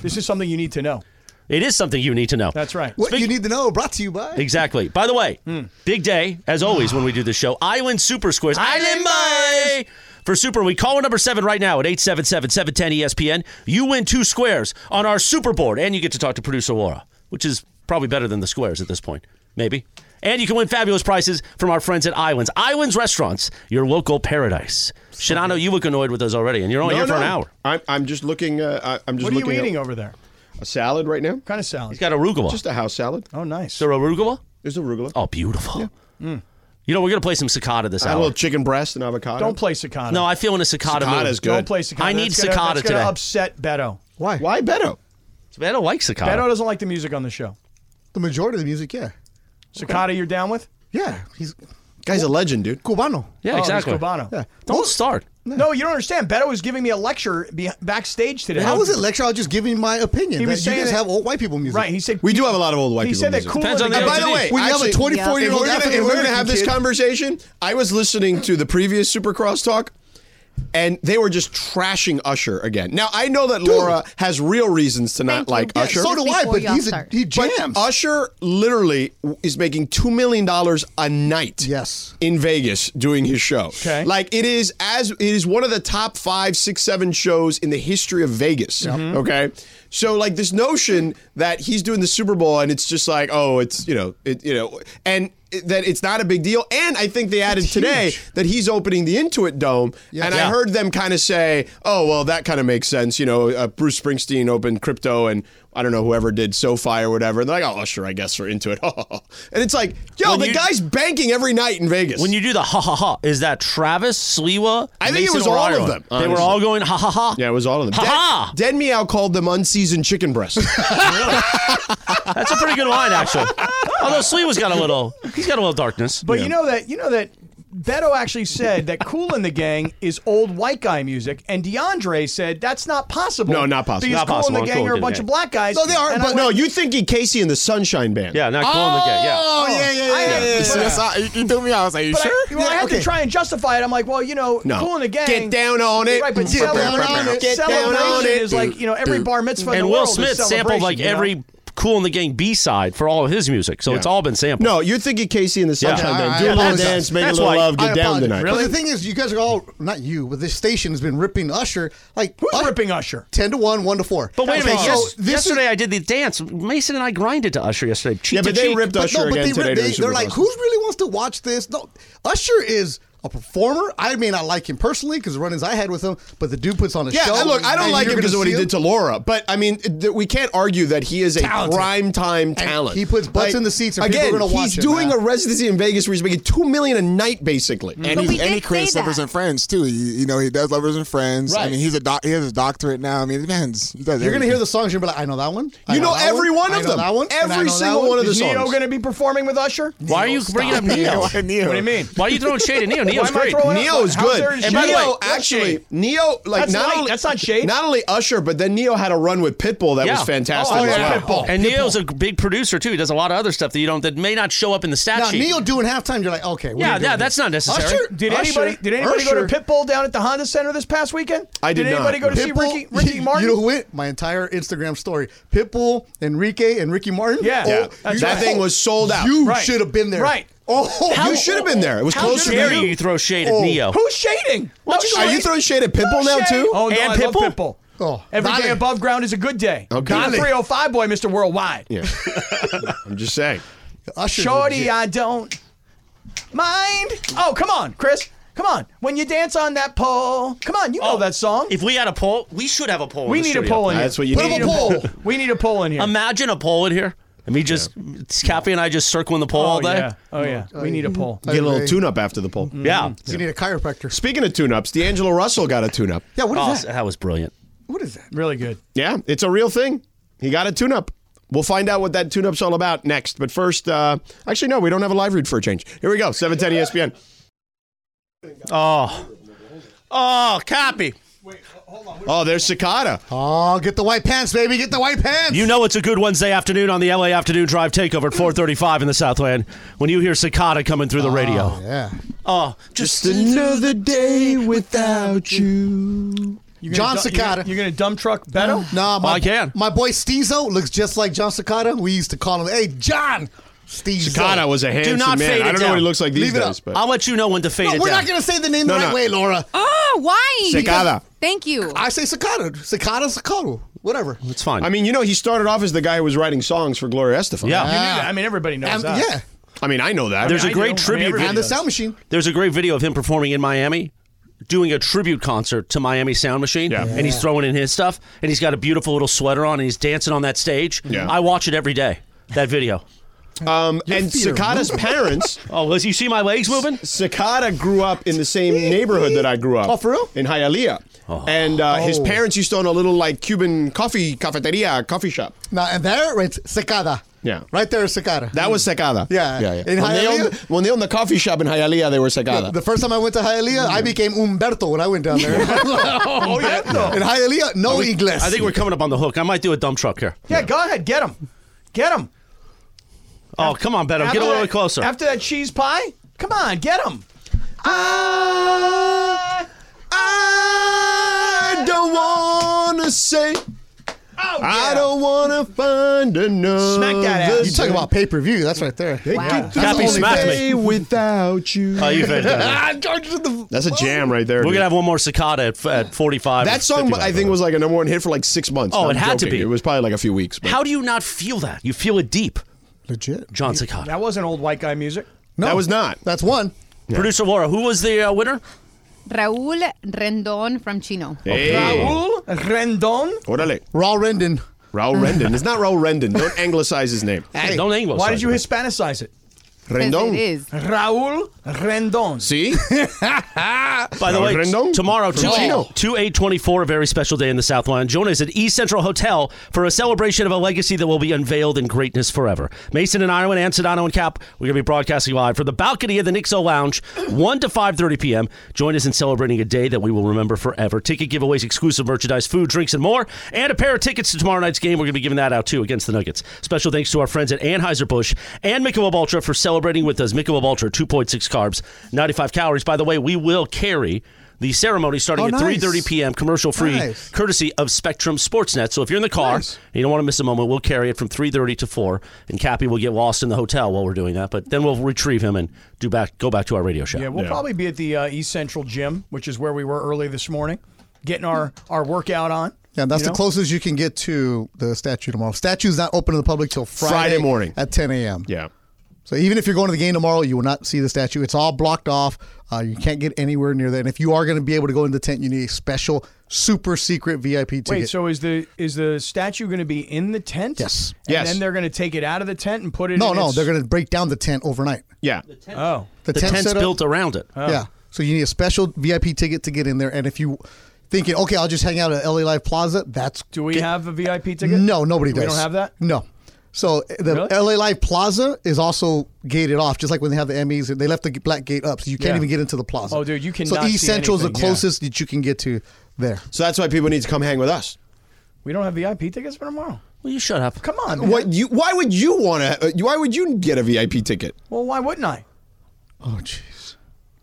Speaker 4: This is something you need to know.
Speaker 5: It is something you need to know.
Speaker 4: That's right.
Speaker 6: What you need to know brought to you by
Speaker 5: Exactly. By the way,
Speaker 3: Hmm.
Speaker 5: big day as always when we do this show. Island Super Squares. Island Boys. For Super, we call number seven right now at 877-710-ESPN. You win two squares on our Super board, and you get to talk to producer Laura, which is probably better than the squares at this point, maybe. And you can win fabulous prizes from our friends at Islands. Islands Restaurants, your local paradise. Shinano, you look annoyed with us already, and you're only
Speaker 3: No,
Speaker 5: here for
Speaker 3: no.
Speaker 5: an hour.
Speaker 3: I'm, I'm just looking. Uh, I- I'm just
Speaker 4: What are you
Speaker 3: looking at
Speaker 4: eating over there?
Speaker 3: a salad right now.
Speaker 4: kind of salad?
Speaker 5: He's got arugula.
Speaker 3: Just a house salad.
Speaker 4: oh, nice.
Speaker 5: Is there arugula?
Speaker 3: There's arugula.
Speaker 5: Oh, beautiful. You know, we're going to play some cicada this
Speaker 3: Hmm. I had a
Speaker 5: hour.
Speaker 3: little chicken breast and avocado.
Speaker 4: Don't play cicada.
Speaker 5: No, I feel in a cicada mood.
Speaker 3: Cicada's good.
Speaker 4: don't play cicada.
Speaker 5: I need
Speaker 4: that's gonna,
Speaker 5: cicada
Speaker 4: that's gonna
Speaker 5: today.
Speaker 4: upset Beto.
Speaker 6: why?
Speaker 3: Why Beto?
Speaker 5: I don't like cicada.
Speaker 4: Beto doesn't like the music on the show.
Speaker 6: the majority of the music. Yeah,
Speaker 4: Cicada, you're down with?
Speaker 6: yeah. He's
Speaker 3: Guy's a legend, dude.
Speaker 6: Cubano.
Speaker 5: yeah,
Speaker 4: Oh, he's
Speaker 5: exactly.
Speaker 4: Cubano.
Speaker 5: Don't start.
Speaker 4: No, you don't understand. Beto was giving me a lecture be- backstage today.
Speaker 6: How was it lecture? I was just giving my opinion.
Speaker 4: He
Speaker 6: that
Speaker 4: was
Speaker 6: you
Speaker 4: saying
Speaker 6: guys
Speaker 4: that-
Speaker 6: have old white people music,
Speaker 4: Right. He said
Speaker 3: We do have a lot of old white
Speaker 4: He
Speaker 3: people
Speaker 4: said that
Speaker 3: music.
Speaker 4: cool.
Speaker 5: Depends on the
Speaker 3: And by the
Speaker 5: Today.
Speaker 3: way,
Speaker 6: We have a
Speaker 3: actually-
Speaker 6: 24 year
Speaker 3: If
Speaker 6: old
Speaker 3: we're gonna-
Speaker 6: African
Speaker 3: if we're going to
Speaker 6: American
Speaker 3: have this conversation, I was listening to the previous Supercross talk, and they were just trashing Usher again. Now I know that Laura has real reasons to not
Speaker 8: Thank you.
Speaker 3: like
Speaker 8: Yeah,
Speaker 3: Usher.
Speaker 6: Uh, So do I,
Speaker 8: Before
Speaker 6: but
Speaker 8: y'all
Speaker 6: he's a,
Speaker 8: start.
Speaker 6: he
Speaker 3: but
Speaker 6: jams.
Speaker 3: Usher literally is making two million dollars a night.
Speaker 6: Yes.
Speaker 3: in Vegas doing his show.
Speaker 4: Okay.
Speaker 3: like it is as it is one of the top five, six, seven shows in the history of Vegas.
Speaker 6: Mm-hmm.
Speaker 3: Okay, so like this notion that he's doing the Super Bowl and it's just like oh, it's you know it you know and. it- That it's not a big deal, and I think they added today that he's opening the Intuit Dome, and I
Speaker 5: Yeah.
Speaker 3: heard them kind of say, "Oh, well, that kind of makes sense." You know, uh, Bruce Springsteen opened crypto, and I don't know whoever did SoFi or whatever. And they're like, oh sure, I guess we're into it. and it's like, yo,
Speaker 5: When
Speaker 3: the
Speaker 5: you-
Speaker 3: guy's banking every night in Vegas.
Speaker 5: When you do the ha ha ha, is that Travis, Sliwa?
Speaker 3: I think it
Speaker 5: Mason,
Speaker 3: was
Speaker 5: or
Speaker 3: all of
Speaker 5: Ireland?
Speaker 3: them,
Speaker 5: They were
Speaker 3: honestly.
Speaker 5: all going ha ha ha.
Speaker 3: yeah, it was all of them.
Speaker 5: Ha
Speaker 3: Dead,
Speaker 5: ha!
Speaker 3: Dead Meow called them unseasoned chicken breasts.
Speaker 5: That's a pretty good line, actually. Although Sliwa's got a little, he's got a little darkness.
Speaker 4: But you know that you know that Beto actually said that Cool in the Gang is old white guy music, and DeAndre said that's not possible.
Speaker 3: No, not possible.
Speaker 4: Because
Speaker 5: Not
Speaker 4: Cool
Speaker 5: possible.
Speaker 4: in the Gang
Speaker 5: Cool
Speaker 4: are a
Speaker 5: in the
Speaker 4: bunch
Speaker 5: Gang.
Speaker 4: of black guys.
Speaker 6: No, they are,
Speaker 4: And I
Speaker 6: but
Speaker 4: went,
Speaker 3: no, you thinking Casey and the Sunshine Band?
Speaker 5: yeah, not cool in the gang. Yeah.
Speaker 7: Oh, yeah, yeah, yeah. yeah, yeah.
Speaker 6: but-
Speaker 7: See, that's all- you- you threw me out. I was like, you
Speaker 4: But
Speaker 7: sure?
Speaker 4: I, well, I
Speaker 6: Yeah,
Speaker 4: had
Speaker 6: okay.
Speaker 4: to try and justify it. I'm like, well, you know,
Speaker 3: No.
Speaker 4: Cool in the Gang.
Speaker 3: Get down on it.
Speaker 4: Right, but
Speaker 7: Get down
Speaker 4: celebration,
Speaker 7: on it.
Speaker 3: Get down on
Speaker 4: celebration
Speaker 3: it.
Speaker 4: is like you know every bar mitzvah. in
Speaker 5: and
Speaker 4: the
Speaker 5: Will
Speaker 4: world is
Speaker 5: Smith sampled
Speaker 4: celebration,
Speaker 5: like
Speaker 4: you know?
Speaker 5: every Cool in the Gang B side for all of his music, so it's all been sampled.
Speaker 3: No, you're thinking Casey and the
Speaker 5: Yeah.
Speaker 3: Sunshine Band.
Speaker 6: I-
Speaker 3: Do
Speaker 6: I
Speaker 3: a little
Speaker 6: apologize.
Speaker 3: dance, make a
Speaker 5: That's
Speaker 3: little
Speaker 5: why
Speaker 3: love, get down
Speaker 6: apologize.
Speaker 3: tonight.
Speaker 6: But the thing is, you guys are all not you, but this station has been ripping Usher like
Speaker 4: Who's
Speaker 6: Usher-
Speaker 4: ripping Usher?
Speaker 6: ten to one, one to four.
Speaker 5: But wait a
Speaker 6: Okay,
Speaker 5: minute.
Speaker 6: so
Speaker 5: yes-
Speaker 6: this is-
Speaker 5: yesterday I did the dance. Mason and I grinded to Usher yesterday. cheek
Speaker 3: Yeah, but
Speaker 5: to
Speaker 3: they
Speaker 5: cheek.
Speaker 3: ripped Usher
Speaker 6: but
Speaker 3: again
Speaker 6: they,
Speaker 3: today. during
Speaker 6: They,
Speaker 3: Super
Speaker 6: are like,
Speaker 3: Bowl.
Speaker 6: who really wants to watch this? No, Usher is a performer. I mean, I like him personally because the run-ins I had with him, but the dude puts on a
Speaker 3: Yeah,
Speaker 6: show.
Speaker 3: and look, I don't
Speaker 6: and
Speaker 3: like
Speaker 6: you're
Speaker 3: him
Speaker 6: gonna
Speaker 3: because of what he
Speaker 6: see
Speaker 3: did to
Speaker 6: him.
Speaker 3: Laura, but I mean, th- we can't argue that he is a
Speaker 6: Talented.
Speaker 3: prime time talent.
Speaker 6: he puts butts
Speaker 3: Like,
Speaker 6: in the seats and people
Speaker 3: again.
Speaker 6: are gonna watch
Speaker 3: he's
Speaker 6: him,
Speaker 3: doing
Speaker 6: man.
Speaker 3: a residency in Vegas where he's making two million a night, basically.
Speaker 7: And,
Speaker 8: But
Speaker 7: he,
Speaker 8: we
Speaker 7: and he
Speaker 8: did
Speaker 7: creates
Speaker 8: say
Speaker 7: lovers
Speaker 8: that.
Speaker 7: and friends too. He, you know, he does lovers and friends. I
Speaker 3: Right.
Speaker 7: mean, he's a doc, he has a doctorate now. I mean, man, he does.
Speaker 6: You're gonna hear
Speaker 7: everything.
Speaker 6: the songs. You're gonna be like, I know that one. I
Speaker 3: You know
Speaker 6: that
Speaker 3: every one
Speaker 6: I
Speaker 3: of
Speaker 6: know
Speaker 3: them.
Speaker 6: That one. and I
Speaker 3: Every
Speaker 6: know that
Speaker 3: single one of the
Speaker 4: Is Neo
Speaker 3: songs.
Speaker 4: going to be performing with Usher?
Speaker 5: Why are you bringing up Neo?
Speaker 7: Why Neo?
Speaker 4: What do you mean?
Speaker 5: Why are you throwing shade at Neo?
Speaker 4: Why
Speaker 5: Neo's
Speaker 4: am I
Speaker 5: great.
Speaker 4: throwing up?
Speaker 3: Neo is
Speaker 4: How's
Speaker 3: good.
Speaker 4: there
Speaker 3: And by the
Speaker 4: shade?
Speaker 3: way,
Speaker 4: What's
Speaker 3: actually,
Speaker 4: shade?
Speaker 3: Neo like
Speaker 4: That's
Speaker 3: not
Speaker 4: light.
Speaker 3: only
Speaker 4: That's not shade.
Speaker 3: Not only Usher, but then Neo had a run with Pitbull that was
Speaker 5: Yeah.
Speaker 3: fantastic
Speaker 4: Oh,
Speaker 3: as
Speaker 4: yeah,
Speaker 3: well.
Speaker 4: Pitbull.
Speaker 5: And Neo's a big producer too. He does a lot of other stuff that you don't that may not show up in the stat
Speaker 6: Now
Speaker 5: sheet.
Speaker 6: Neil doing halftime, you're like, okay. what are
Speaker 5: yeah,
Speaker 6: you
Speaker 5: yeah,
Speaker 6: doing
Speaker 5: that's not necessary.
Speaker 6: Usher?
Speaker 4: Did
Speaker 6: Usher.
Speaker 4: anybody did anybody go to
Speaker 6: Usher.
Speaker 4: Pitbull down at the Honda Center this past weekend?
Speaker 3: I did not.
Speaker 4: anybody go to
Speaker 6: here?
Speaker 4: see
Speaker 6: Pitbull-
Speaker 4: Ricky Ricky Martin?
Speaker 6: You know who went? My entire Instagram story. Pitbull, Enrique, and Ricky Martin.
Speaker 4: Yeah.
Speaker 6: Oh,
Speaker 4: Yeah.
Speaker 6: you-
Speaker 4: That
Speaker 3: thing was sold out.
Speaker 6: You
Speaker 4: Right.
Speaker 6: should have been there.
Speaker 4: Right.
Speaker 6: Oh,
Speaker 3: You should have been there. It was
Speaker 4: How
Speaker 3: closer
Speaker 5: Dare
Speaker 3: to
Speaker 5: you
Speaker 3: you.
Speaker 5: throw shade at Neo?
Speaker 4: Who's shading?
Speaker 5: What you-
Speaker 4: No
Speaker 3: Are you
Speaker 4: shade.
Speaker 3: throwing shade at Pitbull
Speaker 4: No
Speaker 3: now
Speaker 4: shade.
Speaker 3: too?
Speaker 4: Oh no,
Speaker 5: And
Speaker 4: I love
Speaker 5: Pitbull?
Speaker 4: Pitbull.
Speaker 6: Oh,
Speaker 4: Every
Speaker 6: golly.
Speaker 4: day above ground is a good day.
Speaker 3: Oh,
Speaker 4: Don
Speaker 3: golly.
Speaker 4: 305 boy, Mr. Worldwide.
Speaker 3: I'm just saying.
Speaker 6: Usher.
Speaker 4: Shorty, I don't mind. Oh, come on, Chris. Come on. When you dance on that pole. Come on,
Speaker 5: Oh,
Speaker 4: you know that song.
Speaker 5: If we had a poll, we should have a poll.
Speaker 4: we
Speaker 5: in the
Speaker 4: need a
Speaker 5: studio.
Speaker 4: poll in here.
Speaker 3: That's what you
Speaker 4: We
Speaker 3: need.
Speaker 4: need a poll. We need a poll in here.
Speaker 5: Imagine a poll in here. And me just Cappy and I just circling the poll all
Speaker 4: Oh,
Speaker 5: day.
Speaker 4: yeah. Oh, yeah. We need a poll.
Speaker 3: Get a little tune up after the poll.
Speaker 5: Yeah.
Speaker 6: You need a chiropractor.
Speaker 3: Speaking of tune ups, D'Angelo Russell got a tune up.
Speaker 6: Yeah, what
Speaker 5: Oh,
Speaker 6: is that?
Speaker 5: that was brilliant.
Speaker 6: What is that?
Speaker 4: Really good.
Speaker 3: Yeah, it's a real thing. He got a tune up. We'll find out what that tune up's all about next. But first, uh, actually, no, we don't have a live read for a change. Here we go E 710 ESPN.
Speaker 5: Oh. Oh, Cappy.
Speaker 3: Oh, there's Cicada.
Speaker 6: Oh, get the white pants, baby. Get the white pants.
Speaker 5: You know it's a good Wednesday afternoon on the LA Afternoon Drive Takeover at 435 in the Southland when you hear Cicada coming through the radio.
Speaker 6: Yeah.
Speaker 5: Oh, just,
Speaker 3: another day without you.
Speaker 4: You're gonna,
Speaker 6: John
Speaker 4: du-
Speaker 6: Cicada. Mm-hmm.
Speaker 4: You're, gonna- you're going to dumb truck Beto?
Speaker 6: Nah, my,
Speaker 5: I can.
Speaker 6: My boy Steezo looks just like John Cicada. We used to call him, hey, John Steezo.
Speaker 3: Cicada was a handsome
Speaker 5: not
Speaker 3: man.
Speaker 5: fade it
Speaker 3: I don't know
Speaker 5: down.
Speaker 3: what he looks like these
Speaker 6: Leave it
Speaker 3: days,
Speaker 6: up.
Speaker 3: but
Speaker 5: I'll let you know when to fade
Speaker 6: No,
Speaker 5: it
Speaker 6: we're
Speaker 5: down.
Speaker 6: not going to say the name the
Speaker 3: No,
Speaker 6: right
Speaker 3: no.
Speaker 6: way, Laura.
Speaker 8: Oh, why?
Speaker 3: Cicada.
Speaker 8: Thank you.
Speaker 6: I say Cicada. Cicada, Cicada. Whatever.
Speaker 5: it's fine.
Speaker 3: I mean, you know, he started off as the guy who was writing songs for Gloria Estefan.
Speaker 5: yeah.
Speaker 4: You knew that. I mean, everybody knows
Speaker 6: And-
Speaker 4: that.
Speaker 6: yeah.
Speaker 3: I mean, I know that.
Speaker 5: There's
Speaker 3: I
Speaker 5: a
Speaker 3: mean,
Speaker 5: great
Speaker 4: I mean,
Speaker 5: tribute.
Speaker 4: everybody
Speaker 6: And the sound machine.
Speaker 5: There's a great video of him performing in Miami, doing a tribute concert to Miami Sound Machine,
Speaker 3: Yeah.
Speaker 5: and he's throwing in his stuff, and he's got a beautiful little sweater on, and he's dancing on that stage.
Speaker 3: Yeah.
Speaker 5: I watch it every day. That video.
Speaker 3: I- Um, and Cicada's parents,
Speaker 5: Oh, Liz, you see my legs moving?
Speaker 3: Cicada grew up in the same neighborhood that I grew up.
Speaker 6: Oh, for real?
Speaker 3: In Hialeah. And uh, his
Speaker 6: Oh.
Speaker 3: parents used to own a little like Cuban coffee cafeteria, coffee shop.
Speaker 6: Now, and there, it's Cicada.
Speaker 3: Yeah.
Speaker 6: Right there is Cicada.
Speaker 3: That was Secada.
Speaker 6: Yeah.
Speaker 3: yeah, yeah.
Speaker 6: In
Speaker 3: when, they
Speaker 6: Hialeah-
Speaker 3: owned, when they owned the coffee shop in Hialeah, they were Secada.
Speaker 6: the first time I went to Hialeah, I became Umberto when I went down there. oh, yeah. In Hialeah, no English.
Speaker 5: I think we're coming up on the hook. I might do a dump truck here.
Speaker 4: Yeah, go ahead. Get him. Get him.
Speaker 5: Oh, come on, Beto. Get a little bit closer.
Speaker 4: After that cheese pie? Come on, get him. I,
Speaker 3: I don't wanna say.
Speaker 4: oh,
Speaker 3: I
Speaker 4: yeah.
Speaker 3: don't wanna find another.
Speaker 4: Smack that ass.
Speaker 6: you talk about pay per view. That's right there.
Speaker 8: Wow.
Speaker 5: Cappy smacked me.
Speaker 3: without you.
Speaker 5: Oh, you fade it down.
Speaker 3: That's a jam right there.
Speaker 5: We're
Speaker 3: dude.
Speaker 5: gonna have one more cicada at, at 45.
Speaker 3: that song.
Speaker 5: 55.
Speaker 3: I think was like a number one hit for like six months.
Speaker 5: Oh,
Speaker 3: No,
Speaker 5: it
Speaker 3: I'm
Speaker 5: had to
Speaker 3: joking.
Speaker 5: be.
Speaker 3: It was probably like a few weeks. But
Speaker 5: How do you not feel that? You feel it deep,
Speaker 6: Legit.
Speaker 5: John Cicada.
Speaker 4: That wasn't old white guy music.
Speaker 6: No,
Speaker 3: That was not.
Speaker 6: That's one.
Speaker 5: Producer Laura, who was the uh, winner?
Speaker 8: Raul Rendon from Chino.
Speaker 3: Hey.
Speaker 4: Raul Rendon.
Speaker 3: Órale.
Speaker 6: Raul Rendon.
Speaker 3: Raul Rendon. It's not Raul Rendon. Don't anglicize his name.
Speaker 5: Hey, don't angle.
Speaker 4: Why did you Hispanicize it?
Speaker 3: Rendon.
Speaker 8: It is.
Speaker 4: Raul Rendon.
Speaker 3: See?
Speaker 5: By the
Speaker 3: Raul
Speaker 5: way,
Speaker 3: Rendon?
Speaker 5: tomorrow, 2
Speaker 3: Chino.
Speaker 5: 2 8 24, a very special day in the Southland. Join us at East Central Hotel for a celebration of a legacy that will be unveiled in greatness forever. Mason and Ireland and Sedano and Cap, we're going to be broadcasting live from the balcony of the Nixo Lounge, 1 to five thirty p.m. Join us in celebrating a day that we will remember forever. Ticket giveaways, exclusive merchandise, food, drinks, and more. And a pair of tickets to tomorrow night's game. We're going to be giving that out, too, against the Nuggets. Special thanks to our friends at Anheuser-Busch and Michelob Ultra for celebrating with us. Michelob Ultra, 2.6 carbs, 95 calories. By the way, we will carry the ceremony starting
Speaker 6: Oh,
Speaker 5: at
Speaker 6: nice.
Speaker 5: 3.30 p.m commercial free
Speaker 6: Nice.
Speaker 5: courtesy of spectrum sportsnet so if you're in the car and you don't want to miss a moment we'll carry it from 3.30 to 4 and cappy will get lost in the hotel while we're doing that but then we'll retrieve him and do back go back to our radio show
Speaker 4: Yeah, we'll probably be at the uh, East Central Gym, which is where we were early this morning, getting our, our workout on.
Speaker 6: Yeah, that's
Speaker 4: you
Speaker 6: the
Speaker 4: know?
Speaker 6: closest you can get to the statue tomorrow. Statue's not open to the public till Friday,
Speaker 3: Friday morning.
Speaker 6: at 10 a.m.
Speaker 3: yeah.
Speaker 6: So even if you're going to the game tomorrow, you will not see the statue. It's all blocked off. Uh, you can't get anywhere near that. And if you are going to be able to go in the tent, you need a special, super secret VIP ticket.
Speaker 4: Wait, so is the is the statue going to be in the tent?
Speaker 6: Yes.
Speaker 4: And
Speaker 3: Yes.
Speaker 4: then they're going to take it out of the tent and put it.
Speaker 6: no,
Speaker 4: in
Speaker 6: no,
Speaker 4: its-
Speaker 6: they're going to break down the tent overnight.
Speaker 3: Yeah.
Speaker 4: Oh,
Speaker 5: the tent's
Speaker 6: setup-
Speaker 5: built around it
Speaker 6: Yeah. So you need a special VIP ticket to get in there. And if you thinking, okay, I'll just hang out at LA Live Plaza, that's
Speaker 4: do we
Speaker 6: get-
Speaker 4: have a VIP ticket?
Speaker 6: No, nobody
Speaker 4: We
Speaker 6: does.
Speaker 4: don't have that?
Speaker 6: No. So the
Speaker 4: Really?
Speaker 6: LA Live Plaza is also gated off, just like when they have the Emmys. They left the black gate up, so you can't
Speaker 4: Yeah.
Speaker 6: even get into the plaza.
Speaker 4: Oh, dude, you
Speaker 6: So
Speaker 4: cannot
Speaker 6: East
Speaker 4: see
Speaker 6: Central is the
Speaker 4: anything, yeah.
Speaker 6: closest that you can get to there.
Speaker 3: So that's why people need to come hang with us.
Speaker 4: We don't have VIP tickets for tomorrow.
Speaker 5: will you shut up
Speaker 4: Come
Speaker 6: Uh,
Speaker 4: on. man.
Speaker 3: What you? Why would you want to? Why would you get a VIP ticket?
Speaker 4: Well, why wouldn't I? Oh,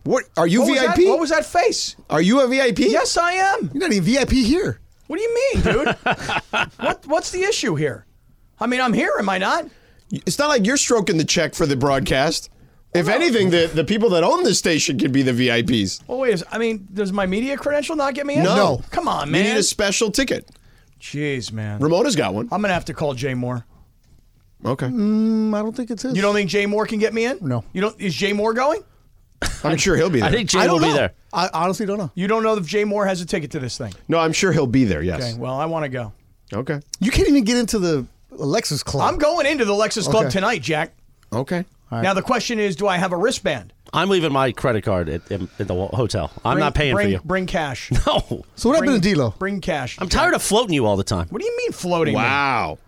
Speaker 3: What are you
Speaker 4: What was,
Speaker 3: VIP?
Speaker 4: that, what was that face?
Speaker 3: Are you a VIP?
Speaker 4: Yes, I am.
Speaker 6: You're not even VIP here.
Speaker 4: What do you mean, dude? what What's the issue here? I mean, I'm here, am I not?
Speaker 3: It's not like you're stroking the check for the broadcast. If anything, the, the people that own this station could be the VIPs.
Speaker 4: Well, wait. a s- I mean, does my media credential not get me in?
Speaker 3: No. No.
Speaker 4: Come on,
Speaker 3: You
Speaker 4: man.
Speaker 3: need a special ticket.
Speaker 4: Jeez, man.
Speaker 3: Ramona's got one.
Speaker 4: I'm gonna have to call Jay Moore.
Speaker 3: Okay.
Speaker 6: Mm, I don't think it's his.
Speaker 4: You don't think Jay Moore can get me in?
Speaker 6: No.
Speaker 4: You don't. Is Jay Moore going?
Speaker 3: I'm sure he'll be there.
Speaker 5: i think jay
Speaker 6: I
Speaker 5: will
Speaker 6: don't
Speaker 5: be
Speaker 6: know.
Speaker 5: there
Speaker 6: I honestly don't know.
Speaker 4: You don't know if Jay Moore has a ticket to this thing.
Speaker 3: no, I'm sure he'll be there.
Speaker 4: Okay.
Speaker 3: Yes.
Speaker 4: Well, I want to go.
Speaker 3: Okay.
Speaker 6: You can't even get into the Lexus Club.
Speaker 4: I'm going into the Lexus Club
Speaker 6: Okay.
Speaker 4: tonight, Jack.
Speaker 3: Okay.
Speaker 4: Now the question is, do I have a wristband?
Speaker 5: i'm leaving my credit card at, in, in the wa- hotel i'm
Speaker 4: Bring-
Speaker 5: not paying
Speaker 4: bring,
Speaker 5: for you
Speaker 4: Bring cash.
Speaker 5: no
Speaker 6: so what happened to
Speaker 4: Bring-
Speaker 6: D'Lo?
Speaker 4: Bring cash.
Speaker 5: i'm tired of floating you all the time
Speaker 4: What do you mean floating? me?
Speaker 3: Wow.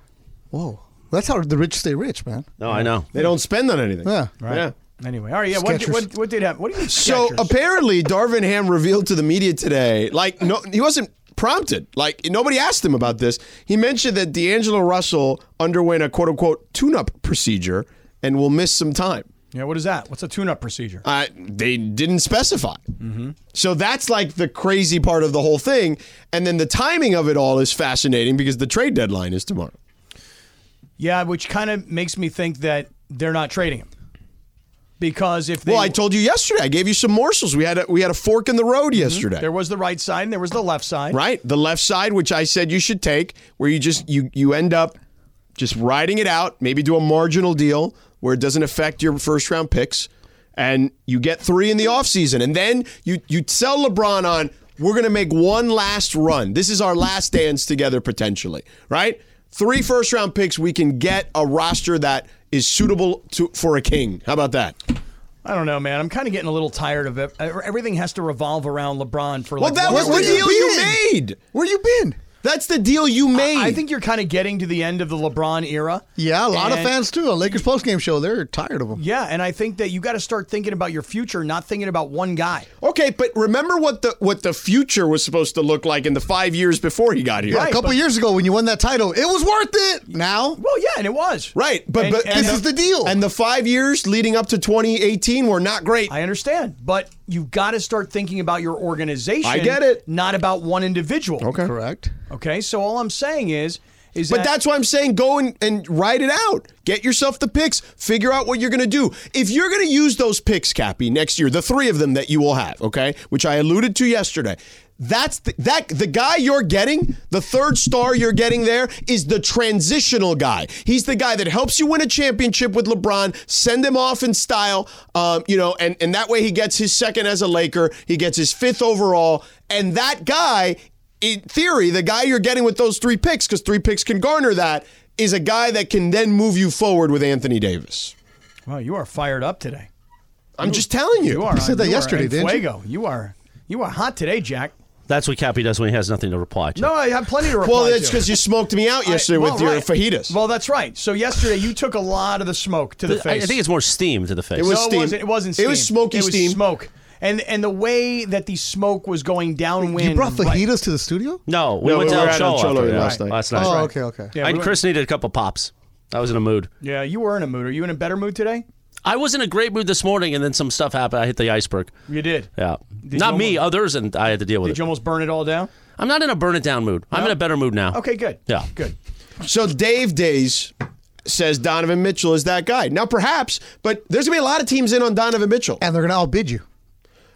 Speaker 6: Whoa, that's how the rich stay rich, man.
Speaker 5: no i know
Speaker 3: They don't spend on anything.
Speaker 6: Yeah.
Speaker 3: Yeah.
Speaker 4: Anyway, all right. Yeah. What,
Speaker 6: Skechers.
Speaker 4: what, what did happen? What do you mean?
Speaker 3: So
Speaker 4: Skechers?
Speaker 3: apparently, Darvin Ham revealed to the media today, like no, he wasn't prompted. Like nobody asked him about this. He mentioned that D'Angelo Russell underwent a quote unquote tune-up procedure and will miss some time.
Speaker 4: yeah. What is that? What's a tune-up procedure?
Speaker 3: Uh, they didn't specify. So that's like the crazy part of the whole thing. And then the timing of it all is fascinating because the trade deadline is tomorrow.
Speaker 4: Yeah, which kind of makes me think that they're not trading him because if they,
Speaker 3: Well, I told you yesterday. I gave you some morsels. We had a, we had a fork in the road yesterday.
Speaker 4: there was the right side and there was the left side.
Speaker 3: right the left side which i said you should take where you just you you end up just riding it out maybe do a marginal deal where it doesn't affect your first round picks and you get three in the offseason and then you you sell lebron on we're going to make one last run this is our last dance together potentially right three first round picks we can get a roster that is suitable to for a king how about that
Speaker 4: I don't know, man. I'm kind of getting a little tired of it. Uh, Everything has to revolve around LeBron for
Speaker 3: well
Speaker 4: like.
Speaker 3: that
Speaker 4: one
Speaker 3: was
Speaker 4: more
Speaker 3: the
Speaker 4: year.
Speaker 3: deal you made
Speaker 6: Where you been?
Speaker 3: that's the deal you made
Speaker 4: I think you're kind of getting to the end of the LeBron era.
Speaker 6: Yeah, a lot of
Speaker 4: And-
Speaker 6: fans too on Lakers postgame show. They're tired of him.
Speaker 4: Yeah, and I think that you got to start thinking about your future, not thinking about one guy.
Speaker 3: Okay, but remember what the what the future was supposed to look like in the five years before he got here.
Speaker 6: Yeah, a couple years ago when you won that title, it was worth it. Now,
Speaker 4: Well, yeah, and it was
Speaker 3: Right, but
Speaker 4: And-
Speaker 3: but
Speaker 4: and
Speaker 6: this is the deal.
Speaker 3: And the five years leading up to 2018 were not great.
Speaker 4: I understand, but you've got to start thinking about your organization.
Speaker 3: I get it.
Speaker 4: Not about one individual.
Speaker 6: correct.
Speaker 4: Okay. So all I'm saying is, is
Speaker 3: but
Speaker 4: that
Speaker 3: that's why I'm saying go and, and ride it out. Get yourself the picks. Figure out what you're going to do. If you're going to use those picks, Cappy, next year, the three of them that you will have, okay, which I alluded to yesterday. That's the, that the guy you're getting, the third star you're getting there is the transitional guy. He's the guy that helps you win a championship with LeBron, send him off in style, um, you know, and and that way he gets his second as a Laker, he gets his fifth overall, and that guy in theory, the guy you're getting with those three picks, because three picks can garner that, is a guy that can then move you forward with Anthony Davis.
Speaker 4: Wow, you are fired up today.
Speaker 3: I'm just telling you.
Speaker 4: You are. You
Speaker 6: said that
Speaker 4: you are
Speaker 6: yesterday,
Speaker 4: en
Speaker 6: didn't you?
Speaker 4: fuego. you? are. You are hot today, Jack.
Speaker 5: That's what Cappy does when he has nothing to reply to.
Speaker 4: No, I have plenty to reply
Speaker 3: Well,
Speaker 4: to.
Speaker 3: that's because you smoked me out yesterday
Speaker 4: I- well,
Speaker 3: with your
Speaker 4: right.
Speaker 3: fajitas.
Speaker 4: Well, that's right. So yesterday you took a lot of the smoke to the
Speaker 5: I, I
Speaker 4: face.
Speaker 5: think it's more steam to the face.
Speaker 3: was-
Speaker 4: no,
Speaker 3: steam.
Speaker 4: It wasn't, it wasn't steam.
Speaker 3: It was smoky
Speaker 4: It was
Speaker 3: steam.
Speaker 4: smoke. And and the way that the smoke was going downwind.
Speaker 6: You brought
Speaker 4: right-
Speaker 6: fajitas to the studio?
Speaker 5: no, we
Speaker 3: No,
Speaker 5: went
Speaker 3: we
Speaker 5: to
Speaker 3: were
Speaker 5: El
Speaker 3: at El
Speaker 5: Cholo,
Speaker 3: Cholo
Speaker 5: after that.
Speaker 3: last night.
Speaker 5: Last night.
Speaker 6: oh, okay, okay.
Speaker 4: Yeah,
Speaker 5: I,
Speaker 4: we were-
Speaker 5: Chris needed a couple pops. I was in a mood.
Speaker 4: Yeah, you were in a mood. Are you in a better mood today?
Speaker 5: I was in a great mood this morning, and then some stuff happened. I hit the iceberg.
Speaker 4: You did.
Speaker 5: Yeah,
Speaker 4: Did
Speaker 5: not
Speaker 4: you
Speaker 5: me,
Speaker 4: almost-
Speaker 5: others, and I had to deal with
Speaker 4: Did
Speaker 5: it.
Speaker 4: you almost burn it all down?
Speaker 5: I'm not in a burn it down mood. I'm in a better mood now.
Speaker 4: Okay, good.
Speaker 5: Yeah.
Speaker 4: Good.
Speaker 3: So Dave Days says Donovan Mitchell is that guy. Now perhaps, but there's gonna be a lot of teams in on Donovan Mitchell.
Speaker 6: And they're going to outbid you.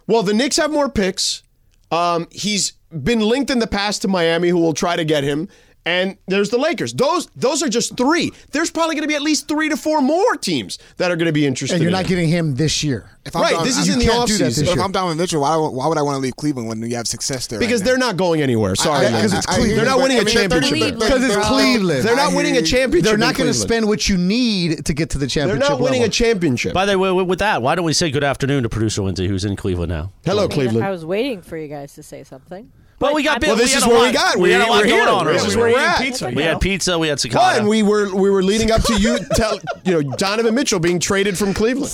Speaker 3: Well, the Knicks have more picks. Um, he's been linked in the past to Miami, who will try to get him. And there's the Lakers. Those those are just three. There's probably going to be at least three to four more teams that are going to be interested.
Speaker 6: And you're
Speaker 3: in
Speaker 6: not
Speaker 3: him.
Speaker 6: getting him this year.
Speaker 7: If I'm
Speaker 3: Right,
Speaker 7: Donovan-
Speaker 3: this is
Speaker 7: you
Speaker 3: in the
Speaker 7: can't do that
Speaker 6: offseason.
Speaker 7: this year. If I'm Donovan Mitchell, why, why would I want to leave Cleveland when you have success there?
Speaker 3: because
Speaker 7: right
Speaker 3: they're not going anywhere. Sorry,
Speaker 7: I- I-
Speaker 3: man.
Speaker 6: 'Cause it's
Speaker 7: I hear
Speaker 6: Cleveland.
Speaker 7: you,
Speaker 3: They're not
Speaker 7: but,
Speaker 3: winning
Speaker 7: I
Speaker 3: a
Speaker 7: mean, they're
Speaker 3: championship.
Speaker 7: Cleveland.
Speaker 8: Because
Speaker 6: it's
Speaker 7: They're-
Speaker 6: Cleveland.
Speaker 3: They're
Speaker 7: I
Speaker 3: not
Speaker 7: hear
Speaker 3: winning a
Speaker 7: you.
Speaker 3: championship.
Speaker 6: They're
Speaker 3: in
Speaker 6: not going to
Speaker 3: Cleveland.
Speaker 6: spend what you need to get to the
Speaker 3: They're
Speaker 6: championship.
Speaker 3: not winning
Speaker 6: level.
Speaker 3: a championship.
Speaker 5: By the way, with that, why don't we say good afternoon to producer Lindsay, who's in Cleveland now?
Speaker 6: Oh,
Speaker 3: Hello,
Speaker 8: I mean,
Speaker 3: Cleveland.
Speaker 8: I was waiting for you guys to say something.
Speaker 5: Well, we got
Speaker 8: I'm-
Speaker 5: bit-
Speaker 3: Well, this
Speaker 5: had
Speaker 3: is
Speaker 5: a
Speaker 3: where
Speaker 5: lot-
Speaker 3: we got.
Speaker 5: we had a
Speaker 3: We're-
Speaker 5: lot
Speaker 3: we're
Speaker 5: going
Speaker 3: here.
Speaker 5: on.
Speaker 3: This
Speaker 5: earlier.
Speaker 3: is where we're at.
Speaker 4: Pizza, you
Speaker 5: We
Speaker 4: know?
Speaker 5: had pizza. We had
Speaker 3: Well,
Speaker 5: cicada.
Speaker 3: and we were we were leading up to you tell you know Donovan Mitchell being traded from Cleveland.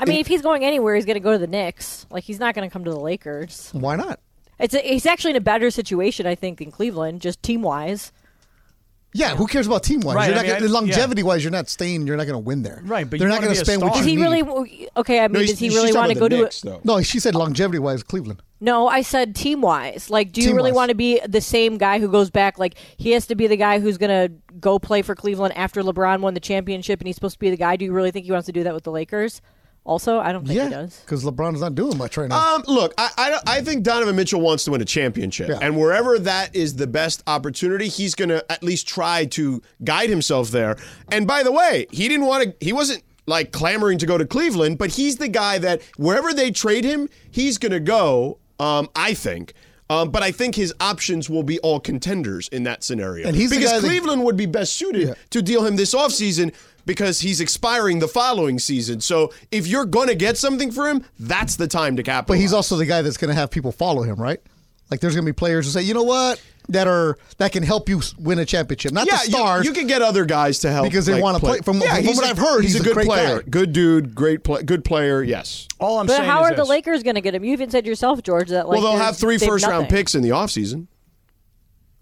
Speaker 8: I mean, if he's going anywhere, he's going to go to the Knicks. Like he's not going to come to the Lakers.
Speaker 6: Why not?
Speaker 8: It's a, he's actually in a better situation, I think, than Cleveland, just team wise.
Speaker 6: Yeah, who cares about team wise?
Speaker 4: Right,
Speaker 6: you're
Speaker 4: I
Speaker 6: not
Speaker 4: mean,
Speaker 6: gonna,
Speaker 4: I-
Speaker 6: longevity wise, you're not staying. You're not going to win there.
Speaker 4: Right, but
Speaker 6: they're
Speaker 4: you
Speaker 6: not
Speaker 4: wanna
Speaker 6: going
Speaker 4: be
Speaker 6: to
Speaker 4: a
Speaker 6: spend what
Speaker 4: star.
Speaker 6: you
Speaker 8: Does he
Speaker 6: need.
Speaker 8: really? Okay, I mean, does he really want to go to?
Speaker 3: to? Though.
Speaker 6: No, she said longevity wise, Cleveland.
Speaker 8: No, I said team wise. Like, do you really
Speaker 6: Team-wise.
Speaker 8: want to be the same guy who goes back? Like, he has to be the guy who's going to go play for Cleveland after LeBron won the championship, and he's supposed to be the guy. Do you really think he wants to do that with the Lakers? Also, I don't think he
Speaker 6: Yeah,
Speaker 8: does.
Speaker 6: because LeBron's not doing much right now.
Speaker 3: Um, look, I, I don't- I think Donovan Mitchell wants to win a championship,
Speaker 6: Yeah.
Speaker 3: and wherever that is the best opportunity, he's going to at least try to guide himself there. And by the way, he didn't want to. He wasn't like clamoring to go to Cleveland, but he's the guy that wherever they trade him, he's going to go. Um, I think. Um, but I think his options will be all contenders in that scenario.
Speaker 6: And he's the
Speaker 3: because
Speaker 6: guy that-
Speaker 3: Cleveland would be best suited to deal him this offseason because he's expiring the following season. So if you're going to get something for him, that's the time to
Speaker 6: But
Speaker 3: capitalize.
Speaker 6: he's also the guy that's going to have people follow him, right? Like there's going to be players who say, you know what, that are that can help you s- win a championship, not
Speaker 3: yeah,
Speaker 6: the
Speaker 3: you-
Speaker 6: stars.
Speaker 3: You, can get other guys to help
Speaker 6: Because they
Speaker 3: like,
Speaker 6: wanna play- from-
Speaker 3: yeah,
Speaker 6: from
Speaker 3: he's
Speaker 6: what
Speaker 3: a-
Speaker 6: I've heard,
Speaker 3: he's,
Speaker 6: he's
Speaker 3: a
Speaker 6: a
Speaker 3: good
Speaker 6: great
Speaker 3: player,
Speaker 6: guy.
Speaker 3: good dude, great play, good player. Yes.
Speaker 4: All I'm
Speaker 8: But
Speaker 4: saying
Speaker 8: how
Speaker 4: is
Speaker 8: are the
Speaker 4: this.
Speaker 8: Lakers going to get him? You even said yourself, George, that like
Speaker 3: well, they'll
Speaker 8: there's-
Speaker 3: have three
Speaker 8: they've
Speaker 3: first round
Speaker 8: nothing.
Speaker 3: picks in the offseason.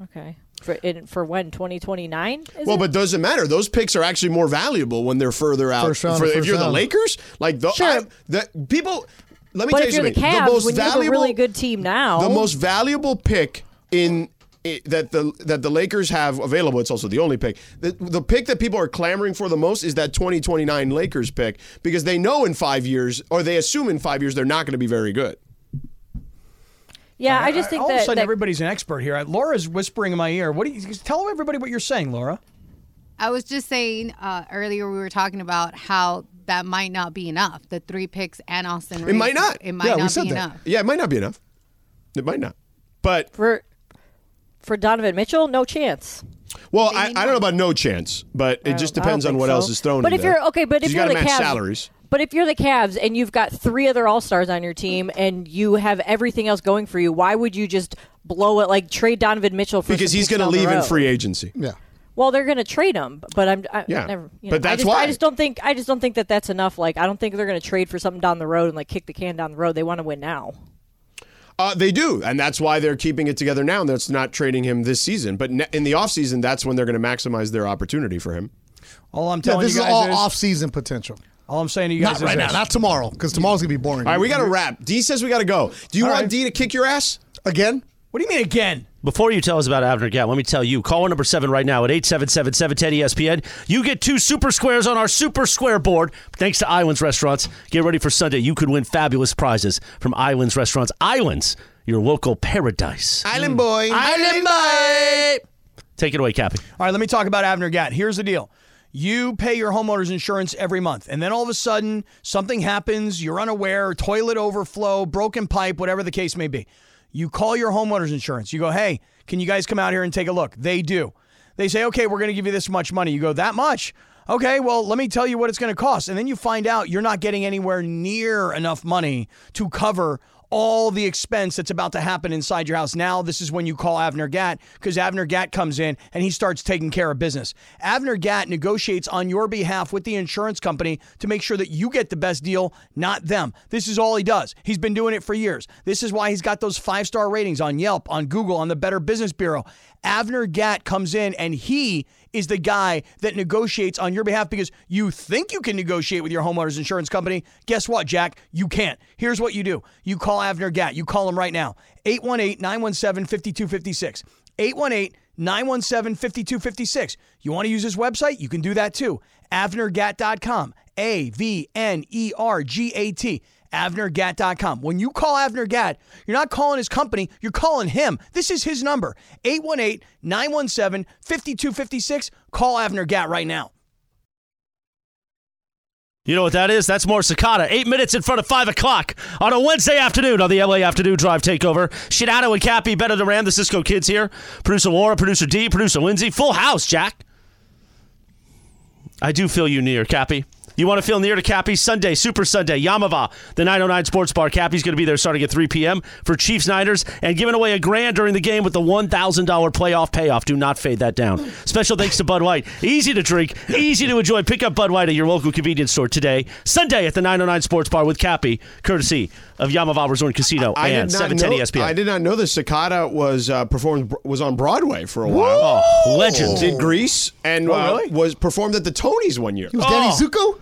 Speaker 8: Okay, for in, for when 2029?
Speaker 3: Well, but doesn't matter. Those picks are actually more valuable when they're further out.
Speaker 6: First round,
Speaker 3: For- if
Speaker 6: first
Speaker 3: you're the
Speaker 6: round.
Speaker 3: Lakers, like the,
Speaker 8: Sure.
Speaker 3: I- the people. Let me
Speaker 8: But
Speaker 3: tell
Speaker 8: if
Speaker 3: you
Speaker 8: you're the
Speaker 3: something.
Speaker 8: Cavs,
Speaker 3: most
Speaker 8: when you have
Speaker 3: valuable,
Speaker 8: a really good team now,
Speaker 3: The most valuable pick in i- that the that the Lakers have available. It's also the only pick. The, the pick that people are clamoring for the most is that 2029 Lakers pick because they know in five years, or they assume in five years, they're not going to be very good.
Speaker 8: yeah, I just think
Speaker 4: all of a
Speaker 8: that,
Speaker 4: sudden
Speaker 8: that
Speaker 4: everybody's an expert here. Laura's whispering in my ear. What do you tell everybody what you're saying, Laura?
Speaker 9: I was just saying uh, earlier we were talking about how that might not be enough. The three picks and Austin. Reeves.
Speaker 3: might not.
Speaker 9: It might
Speaker 6: Yeah, we
Speaker 9: not
Speaker 6: said
Speaker 9: be
Speaker 6: that.
Speaker 9: enough.
Speaker 3: Yeah, it might not be enough. It might not. But
Speaker 8: for for Donovan Mitchell, no chance.
Speaker 3: well, I,
Speaker 9: may
Speaker 3: I don't know about no chance, but it
Speaker 8: I
Speaker 3: just
Speaker 8: don't- I don't
Speaker 3: depends on
Speaker 8: think
Speaker 3: what
Speaker 8: so.
Speaker 3: else is thrown.
Speaker 8: But
Speaker 3: in
Speaker 8: if
Speaker 3: there.
Speaker 8: you're okay, but if
Speaker 3: you
Speaker 8: you're
Speaker 3: gotta
Speaker 8: the
Speaker 3: match
Speaker 8: Cavs,
Speaker 3: salaries.
Speaker 8: but if you're the Cavs and you've got three other All Stars on your team and you have everything else going for you, why would you just blow it like trade Donovan Mitchell for
Speaker 3: because
Speaker 8: some
Speaker 3: he's
Speaker 8: picks
Speaker 3: going to
Speaker 8: down the
Speaker 3: leave in
Speaker 8: road?
Speaker 3: free agency.
Speaker 6: yeah,
Speaker 8: Well, they're going to trade him, but I'm I,
Speaker 3: Yeah.
Speaker 8: never, you
Speaker 3: But
Speaker 8: know, I
Speaker 3: that's
Speaker 8: just,
Speaker 3: why.
Speaker 8: I just don't think I just don't think that that's enough. Like I don't think they're going to trade for something down the road and like kick the can down the road. They want to win now.
Speaker 3: Uh, they do, and that's why they're keeping it together now. And that's not trading him this season, but ne- in the offseason, that's when they're going to maximize their opportunity for him.
Speaker 4: All I'm
Speaker 6: yeah.
Speaker 4: telling
Speaker 6: This
Speaker 4: you
Speaker 6: is
Speaker 4: guys
Speaker 6: all
Speaker 4: is
Speaker 6: off-season potential.
Speaker 4: all I'm saying to you guys
Speaker 6: Not
Speaker 4: is
Speaker 6: right now.
Speaker 4: this.
Speaker 6: Not tomorrow, because tomorrow's going to be boring.
Speaker 3: All right, we got to wrap. D says we got to go. Do you want
Speaker 4: right.
Speaker 3: D to kick your ass?
Speaker 6: again.
Speaker 4: What do you mean again?
Speaker 5: Before you tell us about Abner Gap, let me tell you, call number seven E right now at 877-710-ESPN. You get two super squares on our super square board. Thanks to Islands Restaurants. Get ready for Sunday. You could win fabulous prizes from Islands Restaurants. Islands, your local paradise. Mm.
Speaker 3: Island boy.
Speaker 5: Island boy! Take it away, Cappy.
Speaker 4: All right, let me talk about Avner Gatt. Here's the deal. You pay your homeowner's insurance every month, and then all of a sudden, something happens, you're unaware, toilet overflow, broken pipe, whatever the case may be. You call your homeowners insurance. You go, hey, can you guys come out here and take a look? They do. They say, okay, we're going to give you this much money. You go, that much? Okay, well, let me tell you what it's going to cost. And then you find out you're not getting anywhere near enough money to cover all the expense that's about to happen inside your house. Now, this is when you call Avner Gatt because Avner Gatt comes in and he starts taking care of business. Avner Gatt negotiates on your behalf with the insurance company to make sure that you get the best deal, not them. This is all he does. He's been doing it for years. This is why he's got those five star ratings on Yelp, on Google, on the Better Business Bureau. Avner Gatt comes in and he is the guy that negotiates on your behalf because you think you can negotiate with your homeowner's insurance company. Guess what, Jack? You can't. Here's what you do you call Avner Gatt. You call him right now 818 917 5256. 818 917 5256. You want to use his website? You can do that too. AvnerGatt.com. A V N E R G A T. AvnerGatt.com. When you call Avner Gatt, you're not calling his company, you're calling him. This is his number 818 917 5256. Call Avner Gatt right now.
Speaker 5: You know what that is? That's more cicada. Eight minutes in front of five o'clock on a Wednesday afternoon on the LA Afternoon Drive Takeover. Shinato and Cappy, Beto Duran, the Cisco Kids here. Producer Laura, producer D, producer Lindsay. Full house, Jack. I do feel you near, Cappy. You want to feel near to Cappy? Sunday, Super Sunday, Yamava, the 909 Sports Bar. Cappy's going to be there starting at 3 p.m. for Chiefs Niners and giving away a grand during the game with the $1,000 playoff payoff. Do not fade that down. Special thanks to Bud White. Easy to drink, easy to enjoy. Pick up Bud White at your local convenience store today, Sunday at the 909 Sports Bar with Cappy, courtesy of Yamava Resort and Casino
Speaker 3: I
Speaker 5: and E
Speaker 3: did not
Speaker 5: 710
Speaker 6: E
Speaker 3: know,
Speaker 5: ESPN.
Speaker 3: I did not know this. Cicada was uh, performed was on Broadway for a while.
Speaker 5: Oh, legend.
Speaker 3: Did Greece and uh,
Speaker 4: really?
Speaker 3: was performed at the Tonys one year.
Speaker 6: It Oh, was Danny Zuko?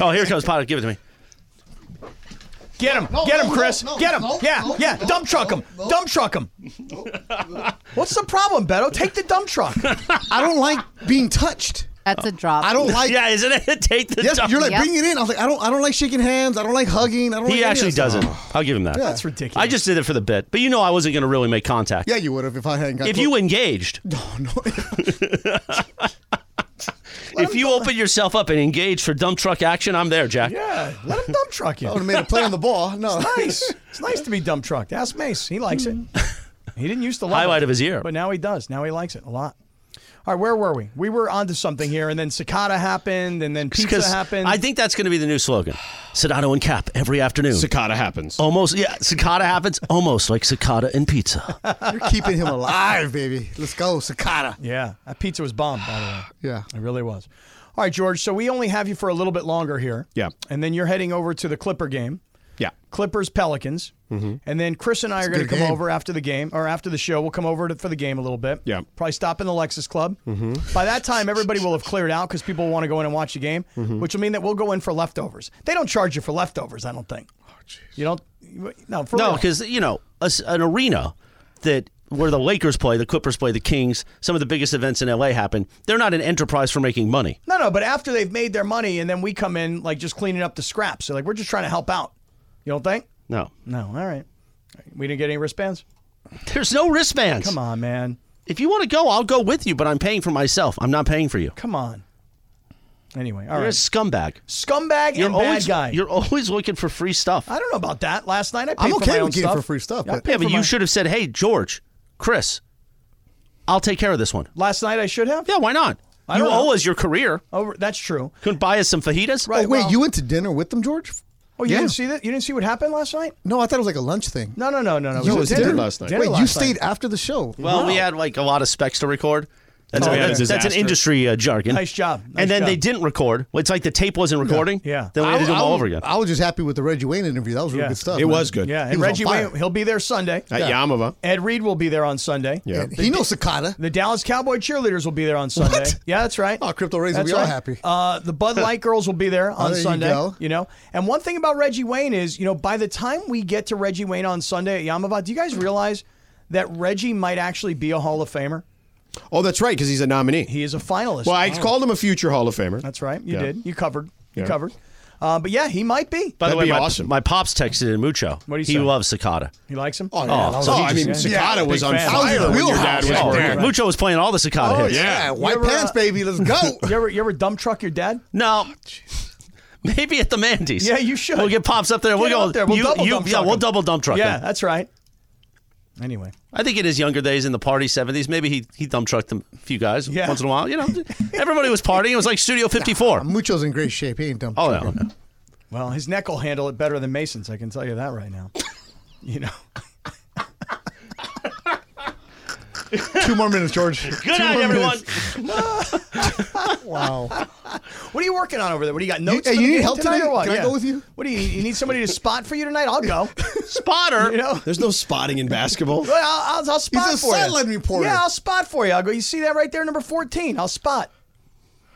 Speaker 5: oh, here comes Potter. Give it to me.
Speaker 4: Get him.
Speaker 6: No,
Speaker 4: Get
Speaker 6: no,
Speaker 4: him,
Speaker 6: no,
Speaker 4: Chris.
Speaker 6: no,
Speaker 4: Get him.
Speaker 6: no,
Speaker 4: yeah,
Speaker 6: no,
Speaker 4: yeah.
Speaker 6: no,
Speaker 4: dump truck him.
Speaker 6: no, no.
Speaker 4: Dump truck him. What's the problem, Beto? Take the dump truck.
Speaker 6: I don't like being touched.
Speaker 9: That's a drop.
Speaker 6: I don't like.
Speaker 5: Yeah, isn't it? Take the
Speaker 6: Yes,
Speaker 5: dump.
Speaker 6: you're like
Speaker 9: Yep.
Speaker 6: bringing it in. I was like, I don't. I don't like shaking hands. I don't like hugging. I don't.
Speaker 5: He
Speaker 6: like any of
Speaker 5: actually
Speaker 6: that stuff.
Speaker 5: doesn't. I'll give him that.
Speaker 6: That's
Speaker 4: ridiculous.
Speaker 5: I just did it for the bit, but you know I wasn't going to really make contact.
Speaker 6: Yeah, you would have if I hadn't. Got
Speaker 5: If you engaged, if you open yourself up and engage for dump truck action, I'm there, Jack.
Speaker 4: yeah, let him dump truck you.
Speaker 6: I would have made a play on the ball. No,
Speaker 4: nice. It's nice to be dump trucked. Ask Mace. He likes it. He didn't used to love
Speaker 5: Highlight
Speaker 4: it,
Speaker 5: of his year.
Speaker 4: But now he does. Now he likes it a lot. All right, where were we? We were onto something here, and then cicada happened, and then pizza
Speaker 5: Because
Speaker 4: happened.
Speaker 5: I think that's going to be the new slogan. Sedano and Cap every afternoon.
Speaker 3: Oh. Cicada happens.
Speaker 6: Oh.
Speaker 5: almost, yeah, cicada happens almost like cicada and pizza.
Speaker 6: you're keeping him alive, baby. Let's go, Sakata.
Speaker 4: yeah, that pizza was bomb, by the way.
Speaker 6: Yeah.
Speaker 4: It really was. All right, George. So we only have you for a little bit longer here.
Speaker 3: Yeah.
Speaker 4: And then you're heading over to the Clipper game.
Speaker 3: Yeah.
Speaker 4: Clippers Pelicans. And then Chris and I are going to
Speaker 6: good
Speaker 4: come
Speaker 6: game.
Speaker 4: over after the game or after the show. We'll come over to, for the game a little bit.
Speaker 3: Yeah.
Speaker 4: Probably stop in the Lexus Club. By that time, everybody will have cleared out because people want to go in and watch the game, which will mean that we'll go in for leftovers. They don't charge you for leftovers, I don't think. Oh, jeez. You don't? No, for
Speaker 5: No,
Speaker 4: real.
Speaker 5: because you know a s an arena that where the Lakers play, the Clippers play, the Kings, some of the biggest events in LA happen. They're not an enterprise for making money.
Speaker 4: No, no, but after they've made their money and then we come in, like just cleaning up the scraps. So, like, we're just trying to help out. You don't think?
Speaker 5: No,
Speaker 4: No, all right. All right. We didn't get any wristbands?
Speaker 5: there's no wristbands.
Speaker 4: Come on, man.
Speaker 5: If you want to go, I'll go with you, but I'm paying for myself. I'm not paying for you.
Speaker 4: Come on. Anyway, all
Speaker 5: You're a
Speaker 4: right.
Speaker 5: scumbag.
Speaker 4: Scumbag
Speaker 5: You're
Speaker 4: and
Speaker 5: always
Speaker 4: bad guy.
Speaker 5: You're always looking for free stuff.
Speaker 4: I don't know about that. Last night I paid
Speaker 6: I'm
Speaker 4: for my
Speaker 6: okay
Speaker 4: own
Speaker 6: with getting
Speaker 4: stuff.
Speaker 6: for free stuff,
Speaker 4: Yeah, I
Speaker 6: but-
Speaker 4: paid
Speaker 5: yeah,
Speaker 4: for
Speaker 5: but you
Speaker 4: mine.
Speaker 5: should have said, "Hey, George, Chris, I'll take care of this one."
Speaker 4: Last night I should have.
Speaker 5: Yeah, why not?
Speaker 4: I
Speaker 5: you
Speaker 4: don't
Speaker 5: owe
Speaker 4: know.
Speaker 5: us your career.
Speaker 4: Over. That's true.
Speaker 5: Couldn't buy us some fajitas.
Speaker 6: Oh,
Speaker 4: Right.
Speaker 6: wait,
Speaker 4: well-
Speaker 6: you went to dinner with them, George?
Speaker 4: Oh, you
Speaker 6: Yeah.
Speaker 4: didn't see that? You didn't see what happened last night?
Speaker 6: No, I thought it was like a lunch thing.
Speaker 4: No, no, no, no, no.
Speaker 6: No, it was dinner
Speaker 3: last night.
Speaker 6: wait, you
Speaker 4: last
Speaker 6: stayed
Speaker 4: night.
Speaker 6: after the show.
Speaker 5: Oh, Well, we had like a lot of specs to record. That's,
Speaker 4: Oh,
Speaker 5: a-
Speaker 4: yeah.
Speaker 5: that's- that's an
Speaker 3: Disaster.
Speaker 5: industry uh, jargon.
Speaker 4: Nice job. Nice
Speaker 5: and then they
Speaker 4: job.
Speaker 5: didn't record. It's like the tape wasn't recording.
Speaker 4: Yeah.
Speaker 5: Then we had to do them all over again.
Speaker 6: I was just happy with the Reggie Wayne interview. That was really
Speaker 4: Yeah.
Speaker 6: good stuff.
Speaker 3: It
Speaker 6: man.
Speaker 3: was good.
Speaker 4: Yeah,
Speaker 6: He
Speaker 4: and
Speaker 6: was on
Speaker 4: Reggie,
Speaker 6: fire. Uh,
Speaker 4: Wayne, he'll be there Sunday.
Speaker 3: At Yamava.
Speaker 4: Ed Reed will be there on Sunday.
Speaker 3: Yeah.
Speaker 6: He knows Sakata.
Speaker 4: The Dallas Cowboy cheerleaders will be there on Sunday. Yeah, that's right.
Speaker 6: Oh, Crypto Rays will
Speaker 4: That's
Speaker 6: be all
Speaker 4: right.
Speaker 6: happy. Oh,
Speaker 4: Uh, the Bud Light girls will be there on
Speaker 6: there you
Speaker 4: Sunday.
Speaker 6: go.
Speaker 4: know, and one thing about Reggie Wayne is, you know, by the time we get to Reggie Wayne on Sunday at Yamava, do you guys realize that Reggie might actually be a Hall of Famer?
Speaker 3: Oh, that's right, because he's a nominee.
Speaker 4: He is a finalist. Oh.
Speaker 3: well, I called him a future Hall of Famer.
Speaker 4: That's right. You
Speaker 3: Yeah.
Speaker 4: did. You covered. You
Speaker 3: Yeah.
Speaker 4: covered. Uh, but yeah, he might be.
Speaker 5: By the
Speaker 3: That'd
Speaker 5: way,
Speaker 3: be
Speaker 5: my,
Speaker 3: awesome.
Speaker 5: my pops texted in Mucho.
Speaker 4: What'd he
Speaker 5: he
Speaker 4: say?
Speaker 5: loves cicada.
Speaker 4: He likes him.
Speaker 6: Oh, yeah, that was
Speaker 3: Oh,
Speaker 6: easy.
Speaker 3: I mean,
Speaker 4: Yeah.
Speaker 3: Cicada
Speaker 4: Big
Speaker 3: was on
Speaker 4: fan.
Speaker 3: fire
Speaker 6: That was
Speaker 3: when
Speaker 6: in
Speaker 3: your
Speaker 6: the
Speaker 3: dad was
Speaker 6: wheelhouse.
Speaker 5: Oh,
Speaker 3: working.
Speaker 5: Mucho was playing all the
Speaker 4: Oh,
Speaker 5: cicada hits.
Speaker 6: yeah,
Speaker 4: You
Speaker 6: white
Speaker 4: ever,
Speaker 6: pants,
Speaker 4: uh,
Speaker 6: baby. Let's go.
Speaker 4: You ever you ever dump truck your dad?
Speaker 5: No. Maybe at the Mandy's.
Speaker 4: Oh, Yeah, you should.
Speaker 5: We'll get pops up there.
Speaker 4: Get
Speaker 5: we'll
Speaker 4: him
Speaker 5: go
Speaker 4: up there. We'll
Speaker 5: you-
Speaker 4: double
Speaker 5: you-
Speaker 4: dump
Speaker 5: Yeah,
Speaker 4: truck
Speaker 5: we'll
Speaker 4: him.
Speaker 5: double dump truck.
Speaker 4: yeah,
Speaker 5: him.
Speaker 4: that's right. Anyway,
Speaker 5: I think in his younger days, in the party seventies, maybe he he dumb trucked a few guys
Speaker 4: Yeah.
Speaker 5: once in a while. You know, everybody was partying. It was like Studio Fifty Four.
Speaker 6: Mucho's in great shape. He ain't dumb.
Speaker 5: Oh no, no.
Speaker 4: well, his neck will handle it better than Mason's. I can tell you that right now. You know,
Speaker 6: Two more minutes, George.
Speaker 5: Good night, everyone.
Speaker 4: wow. what are you working on over there? What do you got? Notes?
Speaker 6: hey,
Speaker 4: for the
Speaker 6: you need
Speaker 4: game
Speaker 6: help
Speaker 4: tonight,
Speaker 6: today?
Speaker 4: or what?
Speaker 6: Can I go with you?
Speaker 4: What do you? You need somebody to spot for you tonight? I'll go.
Speaker 5: Spotter.
Speaker 4: You know.
Speaker 3: There's no spotting in basketball.
Speaker 4: Well, I'll, I'll, I'll spot
Speaker 6: a
Speaker 4: for you.
Speaker 6: sideline reporter.
Speaker 4: Yeah, I'll spot for you. I'll go. You see that right there, number fourteen? I'll spot.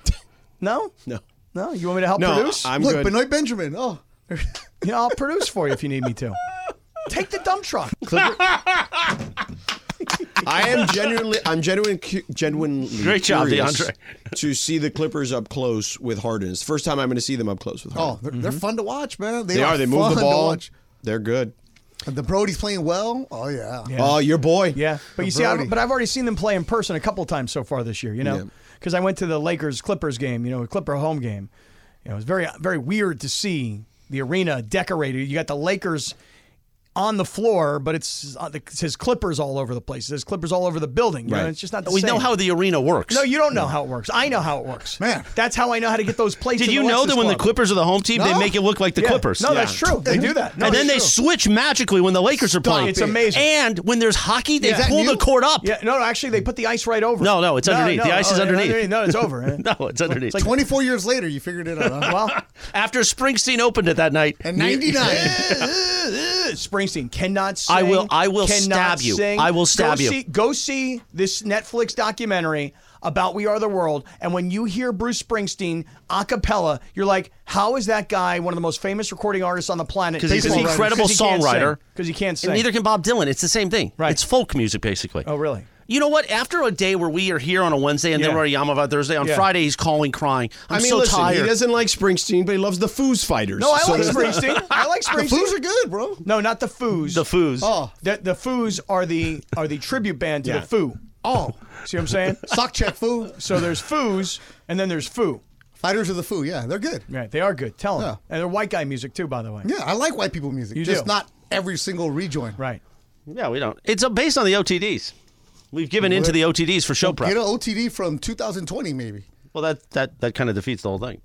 Speaker 4: No,
Speaker 3: No.
Speaker 4: no. You want me to help
Speaker 3: No,
Speaker 4: produce?
Speaker 3: I'm
Speaker 6: Look,
Speaker 3: good.
Speaker 6: Benoit Benjamin. Oh,
Speaker 4: You know, I'll produce for you if you need me to. Take the dump truck.
Speaker 3: I am genuinely, I'm genuinely, cu- genuinely
Speaker 5: Great job,
Speaker 3: curious
Speaker 5: DeAndre.
Speaker 3: to see the Clippers up close with Harden. It's the first time I'm going to see them up close with
Speaker 6: oh,
Speaker 3: Harden.
Speaker 6: they're, they're fun to watch, man. They,
Speaker 3: Mm-hmm. they are. They move
Speaker 6: fun
Speaker 3: the
Speaker 6: to
Speaker 3: ball.
Speaker 6: watch.
Speaker 3: They're good.
Speaker 6: And the Brody's playing well. Oh yeah.
Speaker 3: Oh, your boy.
Speaker 4: Yeah, but you see, I,
Speaker 6: Brody.
Speaker 4: but I've already seen them play in person a couple times so far this year. You know, because I went to the Lakers Clippers game. You know, a Clipper home game. You know, it was very very weird to see the arena decorated. You got the Lakers on the floor, but it's uh, it says Clippers all over the place. It says Clippers all over the building. You know,
Speaker 3: Right.
Speaker 4: it's just not. The
Speaker 5: We
Speaker 4: same.
Speaker 5: know how the arena works.
Speaker 4: No, you don't know how it works. I know how it works.
Speaker 6: Man.
Speaker 4: that's how I know how to get those plates.
Speaker 5: Did
Speaker 4: in
Speaker 5: you
Speaker 4: the
Speaker 5: know
Speaker 4: Lexus
Speaker 5: that when the
Speaker 4: Club.
Speaker 5: Clippers are the home team, they
Speaker 6: No.
Speaker 5: make it look like the
Speaker 4: Yeah.
Speaker 5: Clippers?
Speaker 4: No, that's true. They do that. No,
Speaker 5: and then
Speaker 4: it's
Speaker 5: they
Speaker 4: true.
Speaker 5: switch magically when the Lakers are playing.
Speaker 4: It's amazing.
Speaker 5: And when there's hockey, they
Speaker 6: Is that
Speaker 5: pull the
Speaker 6: new?
Speaker 5: court up.
Speaker 4: Yeah, no, no, actually, they put the ice right over.
Speaker 5: No, no, it's underneath. The ice is
Speaker 4: oh,
Speaker 5: underneath.
Speaker 4: No, it's over.
Speaker 5: No, it's underneath.
Speaker 4: like-
Speaker 6: Twenty-four years later, you figured it out. Huh?
Speaker 4: well,
Speaker 5: After Springsteen opened it that night,
Speaker 6: and ninety-nine.
Speaker 4: Springsteen cannot sing.
Speaker 5: I will- I will
Speaker 4: cannot
Speaker 5: stab you.
Speaker 4: sing.
Speaker 5: I will stab
Speaker 4: go
Speaker 5: you.
Speaker 4: See, go see this Netflix documentary about We Are the World, and when you hear Bruce Springsteen a cappella, you're like, how is that guy one of the most famous recording artists on the planet?
Speaker 5: 'Cause he's an incredible songwriter.
Speaker 4: Because he can't sing.
Speaker 5: and neither can Bob Dylan. It's the same thing.
Speaker 4: Right.
Speaker 5: It's folk music, basically.
Speaker 4: oh, really?
Speaker 5: You know what? After a day where we are here on a Wednesday and
Speaker 4: Yeah.
Speaker 5: then we're at Yamava Thursday, on
Speaker 4: Yeah.
Speaker 5: Friday he's calling, crying.
Speaker 3: I
Speaker 5: I'm
Speaker 3: mean,
Speaker 5: so
Speaker 3: listen,
Speaker 5: tired.
Speaker 3: he doesn't like Springsteen, but he loves the Foos Fighters.
Speaker 4: No, I
Speaker 3: So
Speaker 4: like
Speaker 3: there's-
Speaker 4: Springsteen. I like
Speaker 6: the
Speaker 4: Springsteen.
Speaker 6: Foos are good, bro.
Speaker 4: No, not the Foos.
Speaker 5: the foos.
Speaker 4: Oh, the, the Foos are the are the tribute band to
Speaker 3: Yeah.
Speaker 4: the Foo. Oh, see what I'm saying?
Speaker 6: Sock check foo.
Speaker 4: So there's Foos, and then there's Foo.
Speaker 6: Fighters of the foo. Yeah, they're good.
Speaker 4: Right, they are good. Tell them,
Speaker 6: Yeah.
Speaker 4: and they're white guy music too, by the way.
Speaker 6: Yeah, I like white people music.
Speaker 4: You
Speaker 6: just
Speaker 4: do.
Speaker 6: not every single rejoin.
Speaker 4: Right.
Speaker 5: Yeah, we don't. It's uh, based on the OTDs. We've given into the OTDs for show prep.
Speaker 6: Get an OTD from 2020, maybe.
Speaker 5: well, that, that, that kind of defeats the whole thing.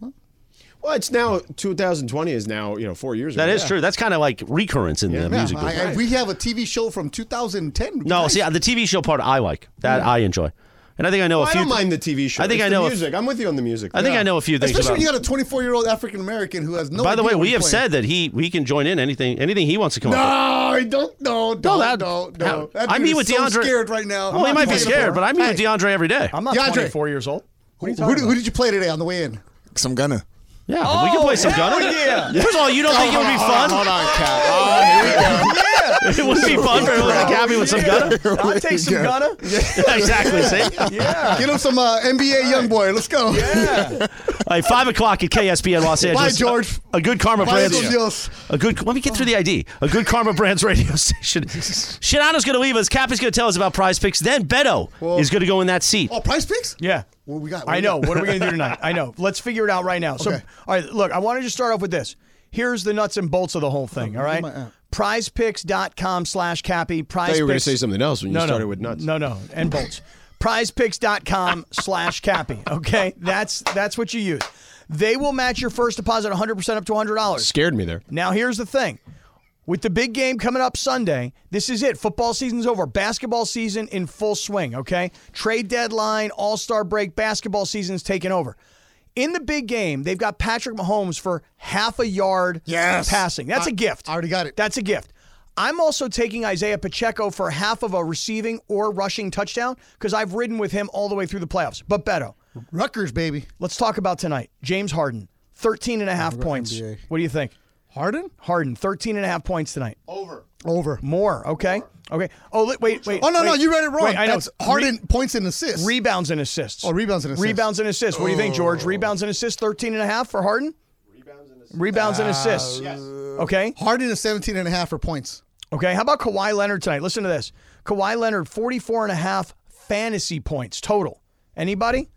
Speaker 3: Well, it's now 2020 is now you know four years.
Speaker 5: That
Speaker 3: ago.
Speaker 5: is true. That's kind of like recurrence in the
Speaker 6: Yeah,
Speaker 5: music business.
Speaker 6: I- I- we have a TV show from 2010.
Speaker 5: No,
Speaker 6: Nice.
Speaker 5: see, the TV show part I like. That I enjoy. And I think I know a
Speaker 3: I
Speaker 5: few.
Speaker 3: don't mind the TV show.
Speaker 5: I think
Speaker 3: It's
Speaker 5: I
Speaker 3: the
Speaker 5: know a-
Speaker 3: music. I'm with you on the music.
Speaker 5: I think I know a few things
Speaker 6: especially
Speaker 5: about.
Speaker 6: when you got a 24 year old African American who has no.
Speaker 5: By the way,
Speaker 6: idea what
Speaker 5: we
Speaker 6: he's
Speaker 5: have
Speaker 6: playing.
Speaker 5: said that he we can join in anything anything he wants to come up.
Speaker 6: No, I don't. No, don't.
Speaker 5: that-
Speaker 6: no, no.
Speaker 5: how-
Speaker 6: That
Speaker 5: I
Speaker 6: dude
Speaker 5: meet
Speaker 6: is
Speaker 5: with
Speaker 6: so
Speaker 5: DeAndre-
Speaker 6: Scared right now.
Speaker 5: with. Well, he might be scared, but I meet with DeAndre every day.
Speaker 4: I'm not
Speaker 6: DeAndre.
Speaker 4: 24 years old. What are you
Speaker 6: Who,
Speaker 4: talking
Speaker 6: who, who did you play today on the way in?
Speaker 7: Some gunner.
Speaker 5: yeah, we can play
Speaker 6: Oh,
Speaker 5: some gunner. First of all, you don't think it would be fun?
Speaker 6: Oh,
Speaker 5: it would be fun for everyone to cabby with some gunner.
Speaker 4: about? I'll take some Ghana.
Speaker 5: exactly. See,
Speaker 4: Yeah.
Speaker 6: Get him some uh, NBA young boy. Let's go.
Speaker 5: All right, five o'clock at KSPN Los Angeles.
Speaker 6: George.
Speaker 5: A good Karma
Speaker 6: Buy
Speaker 5: Brands.
Speaker 6: those deals.
Speaker 5: A good. Let me get through the ID. A good Karma Brands radio station. Shinano's going to leave us. Cappy's going to tell us about Prize Picks. Then Beto is going to go in that seat.
Speaker 6: Oh, Price Picks.
Speaker 4: Yeah.
Speaker 6: What we got?
Speaker 4: I
Speaker 6: What we
Speaker 4: know.
Speaker 6: got?
Speaker 4: What are we going to do tonight? I know. Let's figure it out right now. So,
Speaker 6: Okay.
Speaker 4: all right, look, I want to just start off with this. Here's the nuts and bolts of the whole thing, all right?
Speaker 6: my app.
Speaker 4: Prizepicks.com slash Cappy. Prize
Speaker 3: I thought you were going to
Speaker 4: Picks-
Speaker 3: say something else when you started with nuts.
Speaker 4: No, no, and bolts. Prizepicks.com slash Cappy. Okay? That's that's what you use. They will match your first deposit 100% up to $100.
Speaker 3: Scared me there.
Speaker 4: Now, here's the thing. With the big game coming up Sunday, this is it. Football season's over. Basketball season in full swing, okay? Trade deadline, all star break, basketball season's taking over. In the big game, they've got Patrick Mahomes for half a yard
Speaker 6: Yes.
Speaker 4: passing. That's a gift.
Speaker 6: I already got it.
Speaker 4: That's a gift. I'm also taking Isaiah Pacheco for half of a receiving or rushing touchdown because I've ridden with him all the way through the playoffs. But Beto,
Speaker 6: Rutgers, baby.
Speaker 4: let's talk about tonight. James Harden, 13 and a half points.
Speaker 6: NBA.
Speaker 4: What do you think?
Speaker 6: Harden.
Speaker 4: Harden, 13 and a half points tonight.
Speaker 6: Oh. Over.
Speaker 4: More, okay? Okay. Oh, li- wait, wait.
Speaker 6: Oh no, no,
Speaker 4: wait.
Speaker 6: you read it wrong.
Speaker 4: Wait, I know.
Speaker 6: That's Harden
Speaker 4: Re-
Speaker 6: points and assists.
Speaker 4: rebounds and assists.
Speaker 6: Oh, rebounds and assists.
Speaker 4: Rebounds and assists. What do you think, George? Rebounds and assists, 13 and a half for Harden? Rebounds
Speaker 6: Uh,
Speaker 4: and assists. Okay.
Speaker 6: Harden is 17 and a half for points.
Speaker 4: Okay. How about Kawhi Leonard tonight? Listen to this. Kawhi Leonard, 44 and a half fantasy points total. Anybody?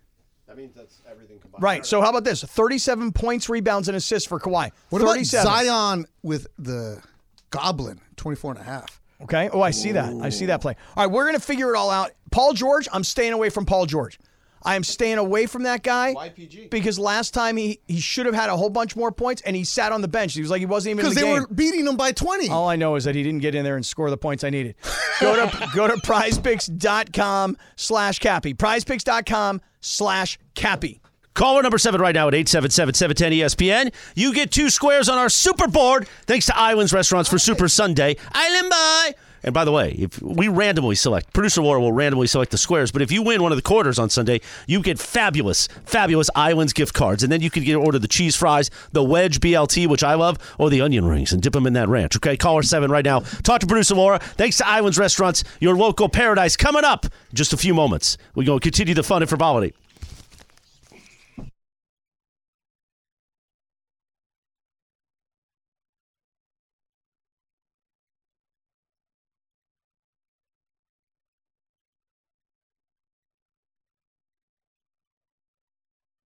Speaker 3: That means that's everything combined.
Speaker 4: Right. So how about this? 37 points, rebounds, and assists for Kawhi.
Speaker 6: What
Speaker 4: 37.
Speaker 6: about Zion with the Goblin? 24 and a half.
Speaker 4: Okay. Oh, I see that. I see that play. All right, we're going to figure it all out. Paul George, I'm staying away from Paul George. I am staying away from that guy.
Speaker 3: YPG.
Speaker 4: Because last time he, he should have had a whole bunch more points and he sat on the bench. He was like he wasn't even in
Speaker 6: Because
Speaker 4: the
Speaker 6: they
Speaker 4: game. Oh,
Speaker 6: were beating them by 20.
Speaker 4: All I know is that he didn't get in there and score the points I needed. Go to go to prizepicks.com slash cappy. Prizepicks.com slash cappy.
Speaker 5: Caller number seven E right now at 877-710-ESPN. You get two squares on our super board thanks to Islands Restaurants for Super Sunday. Island Boy! And by the way, if we randomly select, producer Laura will randomly select the squares, but if you win one of the quarters on Sunday, you get fabulous, fabulous Islands gift cards. And then you can get order the cheese fries, the wedge BLT, which I love, or the onion rings and dip them in that ranch. Okay, caller seven right now. Talk to producer Laura. Thanks to Islands Restaurants, your local paradise coming up in just a few moments. We're going to continue the fun and frivolity.